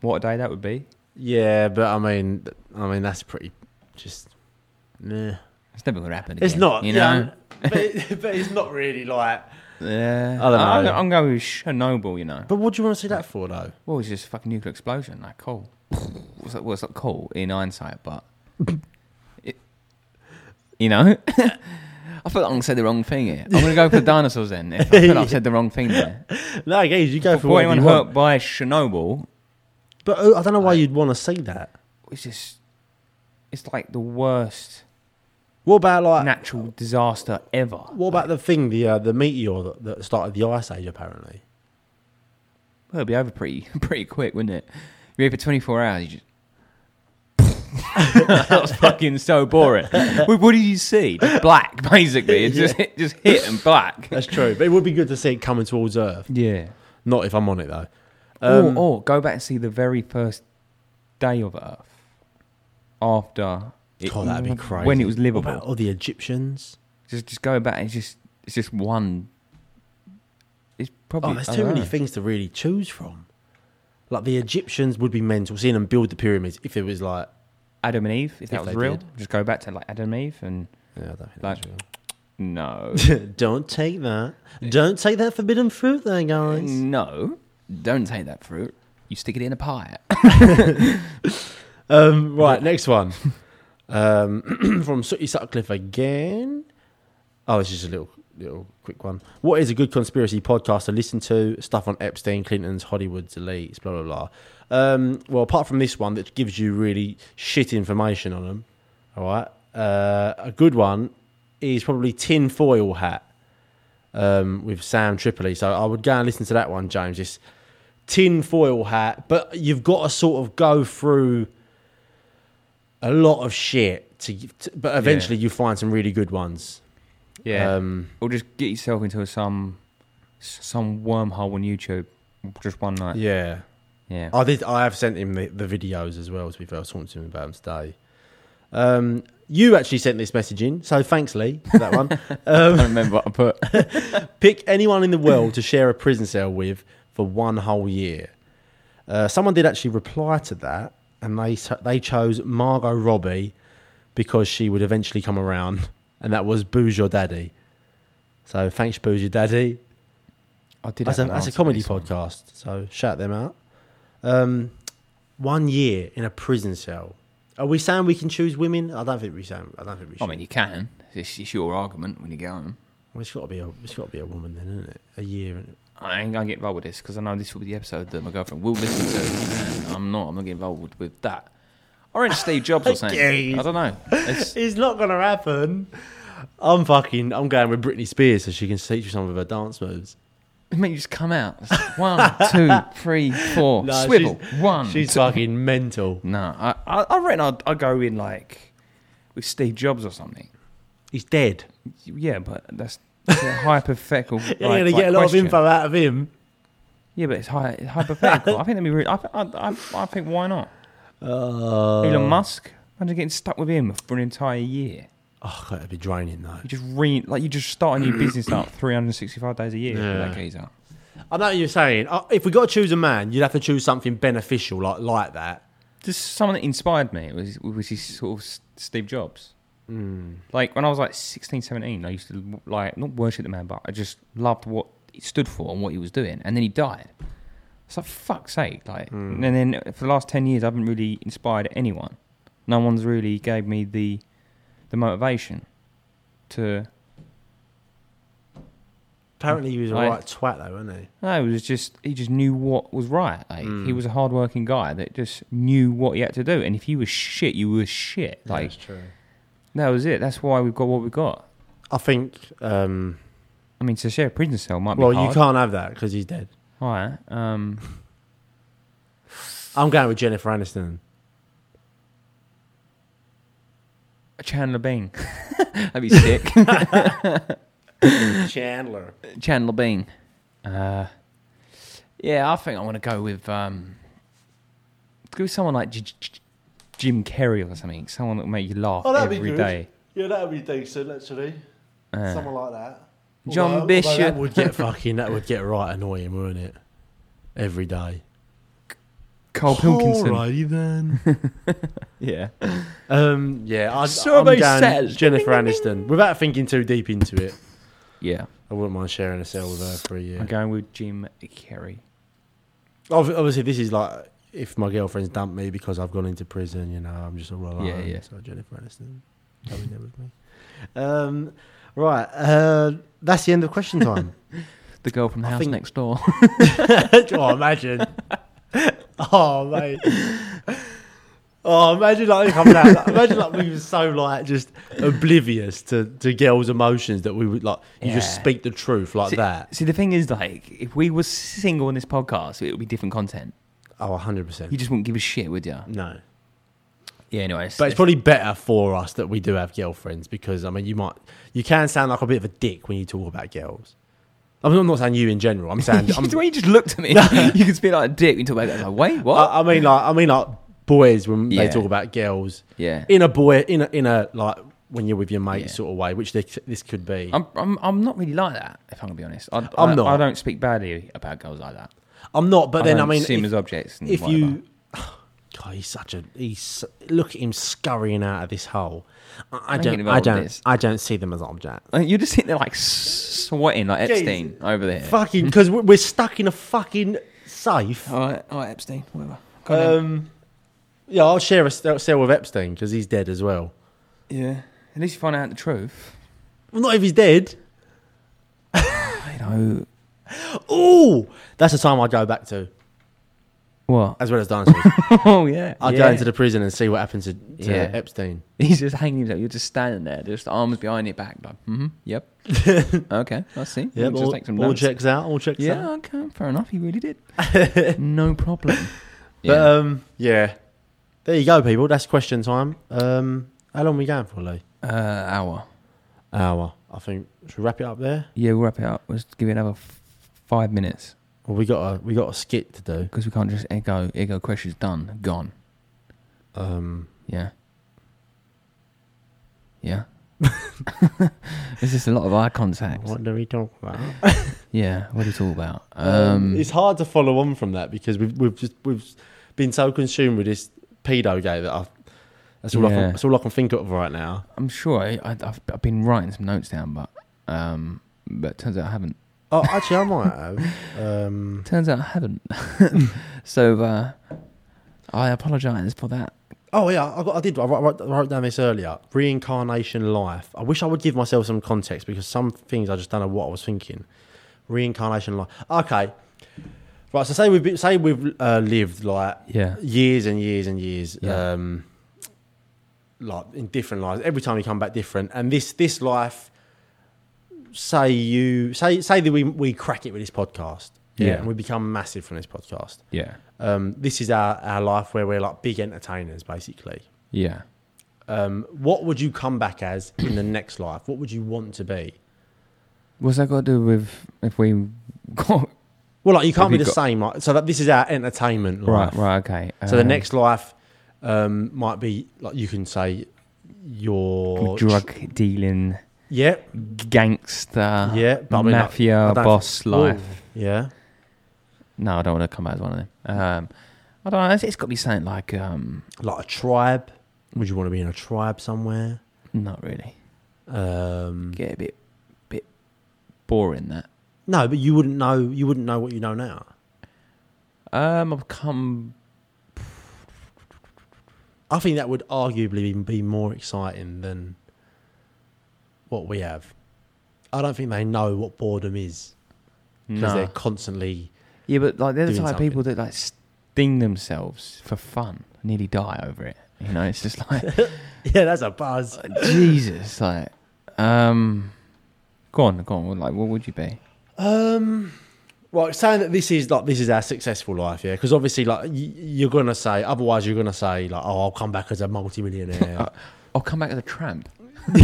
Speaker 3: What a day that would be.
Speaker 4: Yeah, but I mean, th- I mean that's pretty just. Nah.
Speaker 3: It's never going to happen. Again,
Speaker 4: It's not,
Speaker 3: you know.
Speaker 4: but, it, but it's not really like.
Speaker 3: Yeah,
Speaker 4: I don't
Speaker 3: I'm,
Speaker 4: know.
Speaker 3: go- I'm going with Chernobyl. You know,
Speaker 4: But what do you want to say that for though?
Speaker 3: well, it's just a fucking nuclear explosion. Like, cool. What's that? What's that? Cool in hindsight, but it, you know, I feel like I'm gonna say the wrong thing here. I'm gonna go for dinosaurs then. If I feel like I've said the wrong thing there.
Speaker 4: No, guys, you go for
Speaker 3: For
Speaker 4: what
Speaker 3: anyone
Speaker 4: you
Speaker 3: hurt
Speaker 4: want.
Speaker 3: by Chernobyl,
Speaker 4: But uh, I don't know why you'd want to say that.
Speaker 3: it's just it's like the worst
Speaker 4: What about like?
Speaker 3: natural disaster ever.
Speaker 4: What about the thing the uh, the meteor that, that started the ice age? Apparently,
Speaker 3: Well, it'd be over pretty pretty quick, wouldn't it? You'd be here for 24 hours. You just... that was fucking so boring. what, what did you see? Just black, basically. It just hit, just hit and black.
Speaker 4: that's true. but it would be good to see it coming towards Earth.
Speaker 3: Yeah.
Speaker 4: Not if I'm on it though. Um,
Speaker 3: or, or go back and see the very first day of Earth after. It,
Speaker 4: God, that'd be crazy.
Speaker 3: When it was
Speaker 4: What
Speaker 3: livable.
Speaker 4: about all the Egyptians?
Speaker 3: Just just go back. It's just it's just one. It's probably.
Speaker 4: Oh, there's
Speaker 3: I
Speaker 4: too
Speaker 3: don't
Speaker 4: many
Speaker 3: know.
Speaker 4: things to really choose from. Like the Egyptians would be mental seeing them build the pyramids if it was like.
Speaker 3: Adam and Eve, if that
Speaker 4: they
Speaker 3: was real,
Speaker 4: did.
Speaker 3: just go back to like Adam and Eve and
Speaker 4: Yeah, I don't think
Speaker 3: like. No.
Speaker 4: Don't take that. Don't take that forbidden fruit there, guys.
Speaker 3: No, don't take that fruit. You stick it in a pie.
Speaker 4: Um, right, next one. Um, from Sooty Sutcliffe again. Oh, this is a little little quick one. What is a good conspiracy podcast to listen to? Stuff on Epstein, Clinton's, Hollywood's elites, blah, blah, blah. Um, well, apart from this one that gives you really shit information on them, all right, uh, a good one is probably Tin Foil Hat um, with Sam Tripoli. So I would go and listen to that one, James. This tin foil hat, but you've got to sort of go through a lot of shit to, to but eventually you find some really good ones.
Speaker 3: Yeah,
Speaker 4: Um,
Speaker 3: or just get yourself into some some wormhole on YouTube, just one night.
Speaker 4: yeah.
Speaker 3: Yeah,
Speaker 4: I did. I have sent him the, the videos as well. To be fair, I was talking to him about them today. Um, you actually sent this message in, so thanks, Lee, for that one.
Speaker 3: I don't remember what I put.
Speaker 4: Pick anyone in the world to share a prison cell with for one whole year. Uh, someone did actually reply to that, and they s- they chose Margot Robbie because she would eventually come around, and that was Booze Your Daddy. So thanks, Booze Your Daddy.
Speaker 3: I did.
Speaker 4: That's a,
Speaker 3: have an
Speaker 4: that's a
Speaker 3: answer for
Speaker 4: comedy
Speaker 3: this one.
Speaker 4: podcast, so shout them out. Um, one year in a prison cell. Are we saying we can choose women? I don't think we saying. I don't think we should.
Speaker 3: I mean, you can. It's, it's your argument when you get home.
Speaker 4: well, it's got to be a it's got to be a woman then, isn't it? A year. innit?
Speaker 3: I ain't gonna get involved with this because I know this will be the episode that my girlfriend will listen to. And I'm not. I'm not getting involved with, with that. Or in Steve Jobs or something.
Speaker 4: Jeez.
Speaker 3: I don't know. It's,
Speaker 4: It's not gonna happen. I'm fucking. I'm going with Britney Spears so she can teach you some of her dance moves.
Speaker 3: I mean, you just come out. It's like, One, two, three, four.
Speaker 4: No,
Speaker 3: Swivel.
Speaker 4: she's-
Speaker 3: one.
Speaker 4: She's fucking mental.
Speaker 3: No, I, I, I reckon I'd, I'd go in like with Steve Jobs or something.
Speaker 4: He's dead.
Speaker 3: Yeah, but that's it's a hypothetical. like,
Speaker 4: You're gonna
Speaker 3: like,
Speaker 4: get a lot
Speaker 3: question.
Speaker 4: of info out of him.
Speaker 3: Yeah, but it's hy- it's hypothetical. I think that'd be really. I, th- I, I, I think why not?
Speaker 4: Uh,
Speaker 3: Elon Musk. Imagine getting stuck with him for an entire year.
Speaker 4: Oh, God, that'd be draining though.
Speaker 3: You just re like you just start a new business like 365 days a year. for
Speaker 4: Yeah.
Speaker 3: That geezer.
Speaker 4: I know what you're saying. Uh, If we got to choose a man, you'd have to choose something beneficial like like that.
Speaker 3: there's someone that inspired me. It was was his sort of S- Steve Jobs. Like when I was like 16, 17, I used to like not worship the man, but I just loved what he stood for and what he was doing. And then he died. It's like fuck's sake. Like, and then for the last ten years, I haven't really inspired anyone. No one's really gave me the the motivation to
Speaker 4: Apparently, he was a
Speaker 3: Right.
Speaker 4: right twat, though, wasn't he?
Speaker 3: No, it was just he just knew what was right. Like, He was a hardworking guy that just knew what he had to do, and if you was shit, you was shit. Like
Speaker 4: true.
Speaker 3: that was it. That's why we've got what we got.
Speaker 4: I think. Um,
Speaker 3: I mean, to share a prison cell might
Speaker 4: well,
Speaker 3: be hard.
Speaker 4: you can't have that because he's dead.
Speaker 3: All right. Um,
Speaker 4: I'm going with Jennifer Aniston.
Speaker 3: Chandler Bing. That'd be sick.
Speaker 4: Chandler.
Speaker 3: Chandler Bing.
Speaker 8: Uh, yeah, I think I want to go with um,
Speaker 3: Go with someone like J- J- J- Jim Carrey or something. Someone that will make you laugh
Speaker 4: Oh, that'd be
Speaker 3: every
Speaker 4: good.
Speaker 3: day.
Speaker 9: Yeah, that would be decent, actually.
Speaker 3: Uh,
Speaker 9: Someone like that.
Speaker 3: John
Speaker 9: Although- although
Speaker 3: Bishop.
Speaker 4: That would get fucking. That would get right annoying, wouldn't it? Every day.
Speaker 3: Carl Oh, Pilkinson.
Speaker 4: Alrighty then.
Speaker 3: Yeah.
Speaker 4: Um, yeah, I,
Speaker 3: Survey
Speaker 4: I'm going
Speaker 3: says-
Speaker 4: Jennifer Aniston. Without thinking too deep into it,
Speaker 3: Yeah.
Speaker 4: I wouldn't mind sharing a cell with her for a year.
Speaker 3: I'm going with Jim Carrey.
Speaker 4: Ob- Obviously, this is like if my girlfriend's dumped me because I've gone into prison. You know, I'm just all alone.
Speaker 3: Yeah, yeah.
Speaker 4: So Jennifer Aniston coming there with me. Um, right, uh, that's the end of question time.
Speaker 3: The girl from the
Speaker 4: I
Speaker 3: house
Speaker 4: think-
Speaker 3: next door.
Speaker 4: oh, imagine. Oh, mate. Oh, imagine like coming out. like, imagine like we were so like just oblivious to, to girls' emotions that we would like. You just
Speaker 3: Yeah.
Speaker 4: speak the truth like that.
Speaker 3: See, the thing is, like, if we were single in this podcast, it would be different content.
Speaker 4: Oh, hundred
Speaker 3: You
Speaker 4: percent.
Speaker 3: just wouldn't give a shit, would you?
Speaker 4: No,
Speaker 3: Yeah, anyway. It's,
Speaker 4: but it's probably better for us that we do have girlfriends because I mean, you might you can sound like a bit of a dick when you talk about girls. I'm not, I'm not saying you in general. I'm saying I'm,
Speaker 3: the way you just looked at me, you could speak like a dick until like, like, wait, what?
Speaker 4: I, I mean like I mean like boys when
Speaker 3: Yeah.
Speaker 4: they talk about girls
Speaker 3: yeah.
Speaker 4: in a boy in a in a like when you're with your mate
Speaker 3: Yeah.
Speaker 4: sort of way, which this, this could be. I'm,
Speaker 3: I'm, I'm, I'm not really like that, if I'm going to be honest. I,
Speaker 4: I'm
Speaker 3: I-
Speaker 4: not.
Speaker 3: I don't speak badly about girls like that.
Speaker 4: not, but
Speaker 3: But
Speaker 4: then I mean,
Speaker 3: see them
Speaker 4: if,
Speaker 3: as objects. And
Speaker 4: if
Speaker 3: whatever.
Speaker 4: you, God, he's such a he's look at him scurrying out of this hole. I, I
Speaker 3: Thinking
Speaker 4: don't,
Speaker 3: about
Speaker 4: I
Speaker 3: all
Speaker 4: don't,
Speaker 3: this.
Speaker 4: I don't see them as objects.
Speaker 3: Like, you're just sitting there, like, sweating like Epstein over there.
Speaker 4: Fucking, because we're we're stuck in a fucking safe.
Speaker 3: All right, all right, Epstein, whatever.
Speaker 4: Um, yeah, I'll share a cell cell with Epstein because he's dead as well.
Speaker 3: Yeah. At least you find out the truth.
Speaker 4: Well, not if he's dead.
Speaker 3: You know,
Speaker 4: Oh, that's the time I go back to,
Speaker 3: what?
Speaker 4: as well as dinosaurs.
Speaker 3: Oh, yeah.
Speaker 4: I
Speaker 3: yeah.
Speaker 4: go into the prison and see what happens to, to
Speaker 3: Yeah.
Speaker 4: Epstein.
Speaker 3: He's just hanging himself. You're just standing there, just arms behind your back, like, mm-hmm, yep. okay, I see.
Speaker 4: Yeah,
Speaker 3: Let me just
Speaker 4: all,
Speaker 3: take some
Speaker 4: all
Speaker 3: notes.
Speaker 4: checks out. All checks out.
Speaker 3: Yeah, okay, fair enough. He really did. no problem.
Speaker 4: But um, yeah, there you go, people. That's question time. Um, how long we going for, Lee?
Speaker 3: uh, hour.
Speaker 4: Hour, I think. Should we wrap it up there?
Speaker 3: Yeah, we'll wrap it up. Let's give it another f- five minutes
Speaker 4: Well, we got a we got a skit to do.
Speaker 3: because we can't just echo echo questions done gone.
Speaker 4: Um,
Speaker 3: Yeah. Yeah. There's just a lot of eye contact.
Speaker 4: what Uh. do we talk about?
Speaker 3: Yeah, what are you talking about? Um,
Speaker 4: it's hard to follow on from that because we've we've just we've been so consumed with this pedo gay that I. That's all I
Speaker 3: Yeah.
Speaker 4: can, that's all I can think of right now.
Speaker 3: I'm sure I, I, I've, I've been writing some notes down, but um, but turns out I haven't.
Speaker 4: Oh, actually, I might have. Um,
Speaker 3: Turns out I haven't. so uh, I apologise for that.
Speaker 4: oh yeah, I, got, I did. I wrote, I wrote down this earlier. Reincarnation life. I wish I would give myself some context because some things I just don't know what I was thinking. Reincarnation life. Okay, right. So say we've been, say we've uh, lived like
Speaker 3: Yeah.
Speaker 4: years and years and years
Speaker 3: Yeah.
Speaker 4: um like in different lives every time you come back different and this this life say you say say that we we crack it with this podcast
Speaker 3: Yeah.
Speaker 4: and we become massive from this podcast
Speaker 3: Yeah.
Speaker 4: um this is our our life where we're like big entertainers basically
Speaker 3: Yeah.
Speaker 4: um what would you come back as in the next life what would you want to be
Speaker 3: What's that got to do with if we got
Speaker 4: well like you can't
Speaker 3: Have
Speaker 4: be
Speaker 3: you
Speaker 4: the
Speaker 3: got-
Speaker 4: same like, so that this is our entertainment life
Speaker 3: right? Right. Okay.
Speaker 4: So the
Speaker 3: um,
Speaker 4: next life um, might be like you can say your
Speaker 3: drug dealing
Speaker 4: Yeah,
Speaker 3: gangster.
Speaker 4: yeah, but I mean, like,
Speaker 3: mafia
Speaker 4: I don't-
Speaker 3: boss
Speaker 4: Ooh,
Speaker 3: life.
Speaker 4: Yeah,
Speaker 3: No, I don't want to come out as one of them. Um, I don't know. It's, it's got to be something like um,
Speaker 4: Like a tribe. Would you want to be in a tribe somewhere?
Speaker 3: not really.
Speaker 4: Um,
Speaker 3: Get a bit, bit boring. That.
Speaker 4: No, but you wouldn't know. You wouldn't know what you know now.
Speaker 3: Um, I've come.
Speaker 4: I think that would arguably even be more exciting than what we have. I don't think they know what boredom is because
Speaker 3: No.
Speaker 4: they're constantly.
Speaker 3: Yeah, but like they're the
Speaker 4: doing
Speaker 3: type of people that like sting themselves for fun, nearly die over it. You know, it's just like
Speaker 4: Yeah, that's a buzz.
Speaker 3: Jesus. Like, um, go on, go on. Like, what would you be?
Speaker 4: Um, well, saying that this is like this is our successful life, yeah, because obviously, like y- you're gonna say otherwise, you're gonna say like, oh, I'll come back as a multimillionaire.
Speaker 3: I'll come back as a tramp.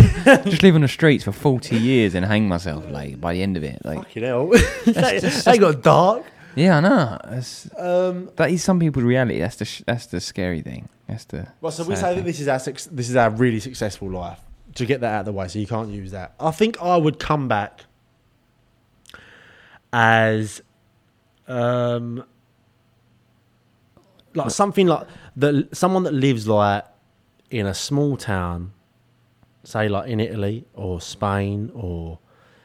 Speaker 3: just live on the streets for forty years and hang myself. Like by the end of it, like
Speaker 4: Fucking hell, they, they got dark.
Speaker 3: yeah, I know. That's,
Speaker 4: Um,
Speaker 3: that is some people's reality. That's the sh- that's the scary thing. That's the
Speaker 4: Well, so we
Speaker 3: sad
Speaker 4: say that
Speaker 3: thing.
Speaker 4: this is our suc this is our really successful life. To get that out of the way, so you can't use that. I think I would come back as, um, like something like the someone that lives like in a small town, say like in Italy or Spain or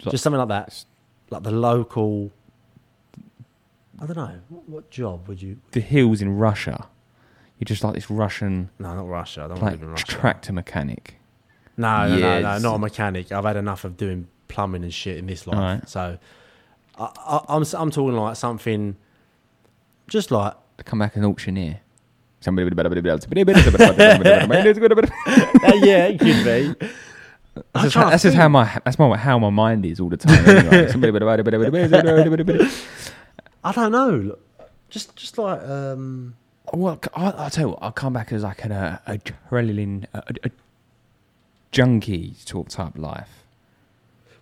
Speaker 3: Like-
Speaker 4: just something like that, like the local. I don't know what, what job would you?
Speaker 3: the hills in Russia. You're just like this Russian
Speaker 4: No, not Russia. I don't want
Speaker 3: like
Speaker 4: to live in Russia.
Speaker 3: tractor mechanic.
Speaker 4: No, no, no, no,
Speaker 3: Yes.
Speaker 4: not a mechanic. I've had enough of doing plumbing and shit in this life.
Speaker 3: Alright.
Speaker 4: So, I, I, I'm s- I'm talking like something, just like
Speaker 3: Come back an auctioneer. Somebody that's
Speaker 4: uh, yeah, it could be.
Speaker 3: just, how- that's just how my that's my how my mind is all the time. Anyway. Somebody-
Speaker 4: I don't know. look. Just just like um,
Speaker 3: Well, c- I, will tell you what, I'll come back as like an uh, adrenaline, a, a, a junkie sort of type life.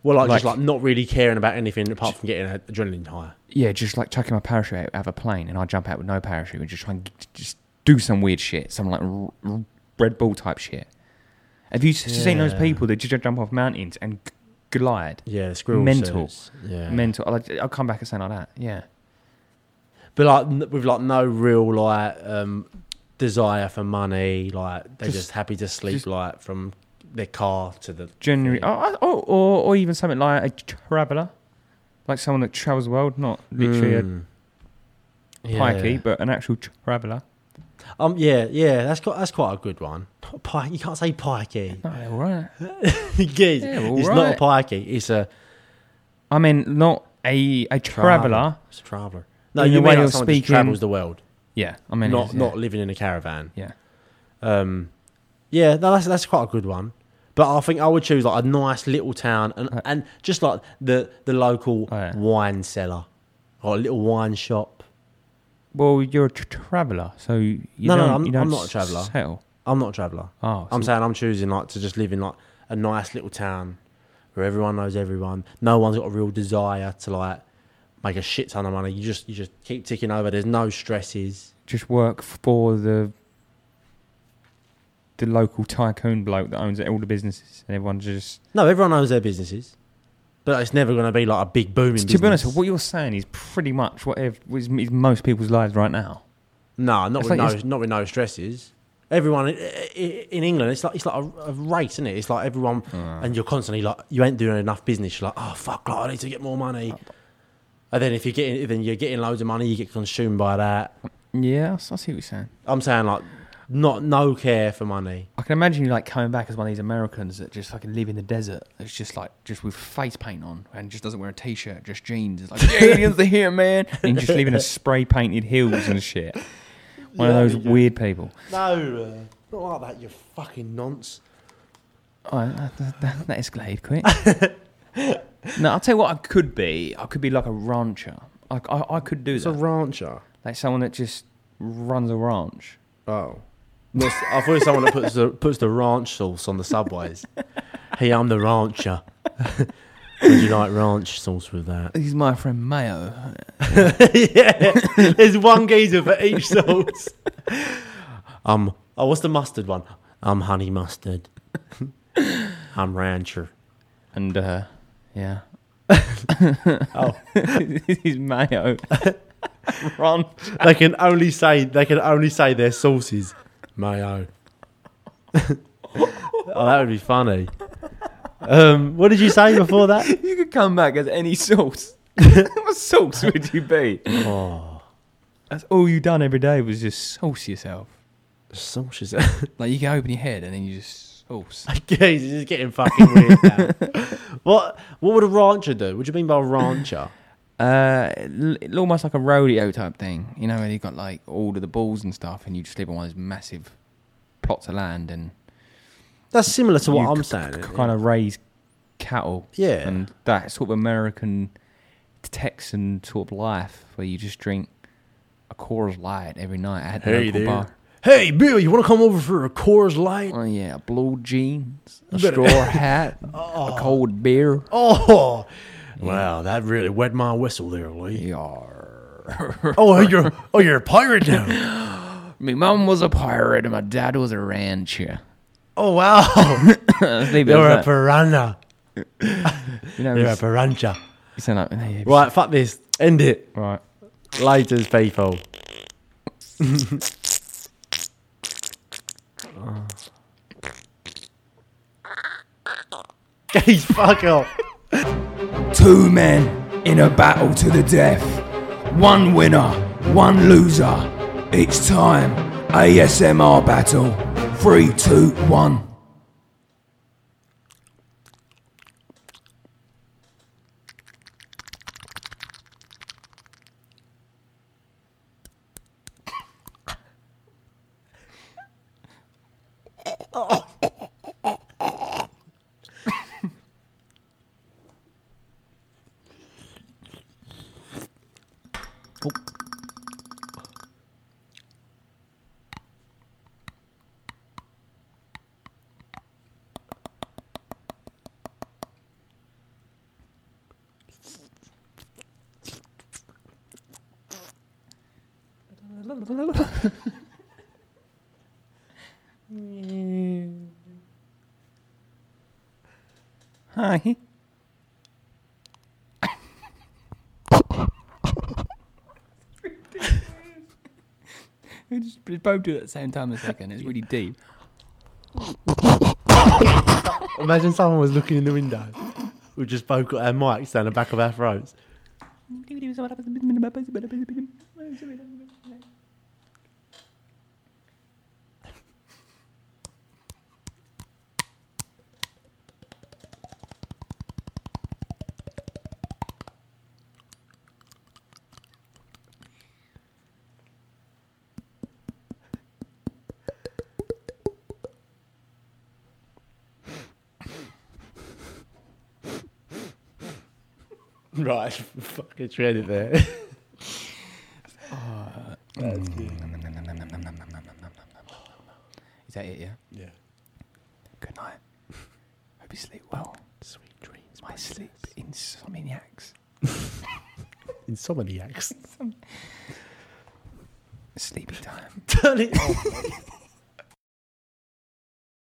Speaker 4: well, like, just
Speaker 3: Like-
Speaker 4: like not really caring about anything apart from getting an adrenaline high.
Speaker 3: Yeah, just like chucking my parachute out of a plane and I jump out with no parachute and just try and g- just do some weird shit, some like r- r- Red Bull type shit. Have you s seen those
Speaker 4: Yeah.
Speaker 3: people that just jump off mountains and g- glide?
Speaker 4: Yeah, squirrel
Speaker 3: Mental.
Speaker 4: suits. Yeah,
Speaker 3: Mental. I'll, I'll come back and say like that. Yeah.
Speaker 4: but like n- with like no real like um desire for money. Like they're just,
Speaker 3: Just-
Speaker 4: happy to sleep
Speaker 3: just-
Speaker 4: like from their car to the
Speaker 3: Generally, oh, oh, or, or even something like a traveller, like someone that travels the world, not literally
Speaker 4: Mm.
Speaker 3: a pikey,
Speaker 4: Yeah.
Speaker 3: but an actual traveller.
Speaker 4: Um, yeah, yeah, that's quite that's quite a good one. Not a pike, you can't say pikey.
Speaker 3: No, they're all right.
Speaker 4: Geez,
Speaker 3: Yeah, well,
Speaker 4: it's not a pikey. It's a
Speaker 3: I mean, not a a traveller.
Speaker 4: It's a traveller. No,
Speaker 3: In
Speaker 4: you
Speaker 3: the
Speaker 4: mean
Speaker 3: way
Speaker 4: like
Speaker 3: of
Speaker 4: someone who
Speaker 3: speaking-
Speaker 4: travels the world,
Speaker 3: Yeah, I mean,
Speaker 4: not
Speaker 3: it's- yeah.
Speaker 4: not living in a caravan.
Speaker 3: Yeah.
Speaker 4: Um, yeah, no, that's that's quite a good one. But I think I would choose like a nice little town and
Speaker 3: Right.
Speaker 4: and just like the the local
Speaker 3: Oh, yeah.
Speaker 4: wine cellar or a little wine shop.
Speaker 3: Well, you're a tr traveller, so you
Speaker 4: No, no,
Speaker 3: don't,
Speaker 4: I'm-
Speaker 3: you don't
Speaker 4: I'm not a traveller.
Speaker 3: settle.
Speaker 4: I'm not a traveller.
Speaker 3: Oh,
Speaker 4: I'm
Speaker 3: so-
Speaker 4: saying I'm choosing like to just live in like a nice little town where everyone knows everyone. No one's got a real desire to like make a shit ton of money. You just you just keep ticking over. There's no stresses.
Speaker 3: just work for the the local tycoon bloke that owns all the businesses, and everyone just.
Speaker 4: No, everyone knows their businesses, but it's never going to be like a big booming.
Speaker 3: To be honest,
Speaker 4: business.
Speaker 3: what you're saying is pretty much what ev- is, is most people's lives right now.
Speaker 4: no, not
Speaker 3: It's
Speaker 4: with
Speaker 3: like
Speaker 4: no,
Speaker 3: it's-
Speaker 4: not with no stresses. Everyone in, in England, it's like it's like a, a race, isn't it? It's like everyone,
Speaker 3: Mm.
Speaker 4: and you're constantly like you ain't doing enough business. You're like, oh fuck, like, I need to get more money. And then if you're getting, then you're getting loads of money, you get consumed by that.
Speaker 3: Yeah, I s- I see what you're saying.
Speaker 4: I'm saying like not no care for money.
Speaker 3: I can imagine you like coming back as one of these Americans that just fucking live in the desert. It's just like just with face paint on and just doesn't wear a t-shirt, just jeans. It's like "The aliens are here, man, and just live in a spray painted hills and shit. One
Speaker 4: Yeah,
Speaker 3: of those
Speaker 4: yeah.
Speaker 3: weird people.
Speaker 4: No, uh, not like that. You fucking nonce.
Speaker 3: Oh, that, that, that, that escalated quick. no, I'll tell you what. I could be. I could be like a rancher. I, I, I could do
Speaker 4: It's a
Speaker 3: that.
Speaker 4: rancher.
Speaker 3: like someone that just runs a ranch.
Speaker 4: Oh, Not s- I thought it was someone that puts the puts the ranch sauce on the subways. hey, I'm the rancher. Would you like ranch sauce with that?
Speaker 3: He's my friend Mayo.
Speaker 4: yeah, there's one geezer for each sauce. um, oh, what's the mustard one? I'm honey mustard. I'm rancher.
Speaker 3: And uh, yeah.
Speaker 4: Oh.
Speaker 3: he's mayo. Ron.
Speaker 4: they can only say they can only say their sauces mayo. oh, that would be funny. Um, what did you say before that?
Speaker 3: You could come back as any sauce. what sauce would you be?
Speaker 4: Oh,
Speaker 3: That's all you done every day was just sauce yourself.
Speaker 4: sauces.
Speaker 3: Like you can open your head and then you just sauce.
Speaker 4: Guys, this is getting fucking weird. Now. what What would a rancher do? What do you mean by a rancher?
Speaker 3: Uh, l- l- almost like a rodeo type thing. You know, where you got like all of the balls and stuff, and you just live on one of those massive plots of land and
Speaker 4: That's similar to what
Speaker 3: You
Speaker 4: I'm
Speaker 3: c-
Speaker 4: saying.
Speaker 3: kind of raise cattle.
Speaker 4: Yeah.
Speaker 3: and that sort of American Texan sort of life where you just drink a Coors Light every night at the local bar.
Speaker 4: Hey, Bill, you want to come over for a Coors Light?
Speaker 3: Oh yeah, blue jeans, a straw hat, a cold beer.
Speaker 4: Oh, wow, that really wet my whistle there, Lee.
Speaker 3: Yarr.
Speaker 4: Oh, you're oh you're a pirate now.
Speaker 3: my mum was a pirate and my dad was a rancher.
Speaker 4: Oh wow,
Speaker 3: Let's leave it
Speaker 4: you're a
Speaker 3: at that.
Speaker 4: piranha.
Speaker 3: You know,
Speaker 4: You're a
Speaker 3: it's-
Speaker 4: piranha.
Speaker 3: you sound like- yeah, it's-
Speaker 4: Right, fuck this. End it.
Speaker 3: right.
Speaker 4: Laters, people. Guys, fuck off.
Speaker 10: Two men in a battle to the death. One winner, one loser. It's time. ASMR battle. Three, two, one.
Speaker 3: Hi. we just we both do it at the same time a second. It's really deep.
Speaker 4: Imagine someone was looking in the window. We just both got our mics down the back of our throats. Right, fucking shred it there.
Speaker 3: Is that it, yeah?
Speaker 4: Yeah.
Speaker 3: Good night. Hope you sleep well. Sweet dreams. My sleep insomniacs.
Speaker 4: Insomniacs.
Speaker 3: Sleepy time.
Speaker 4: Turn it off.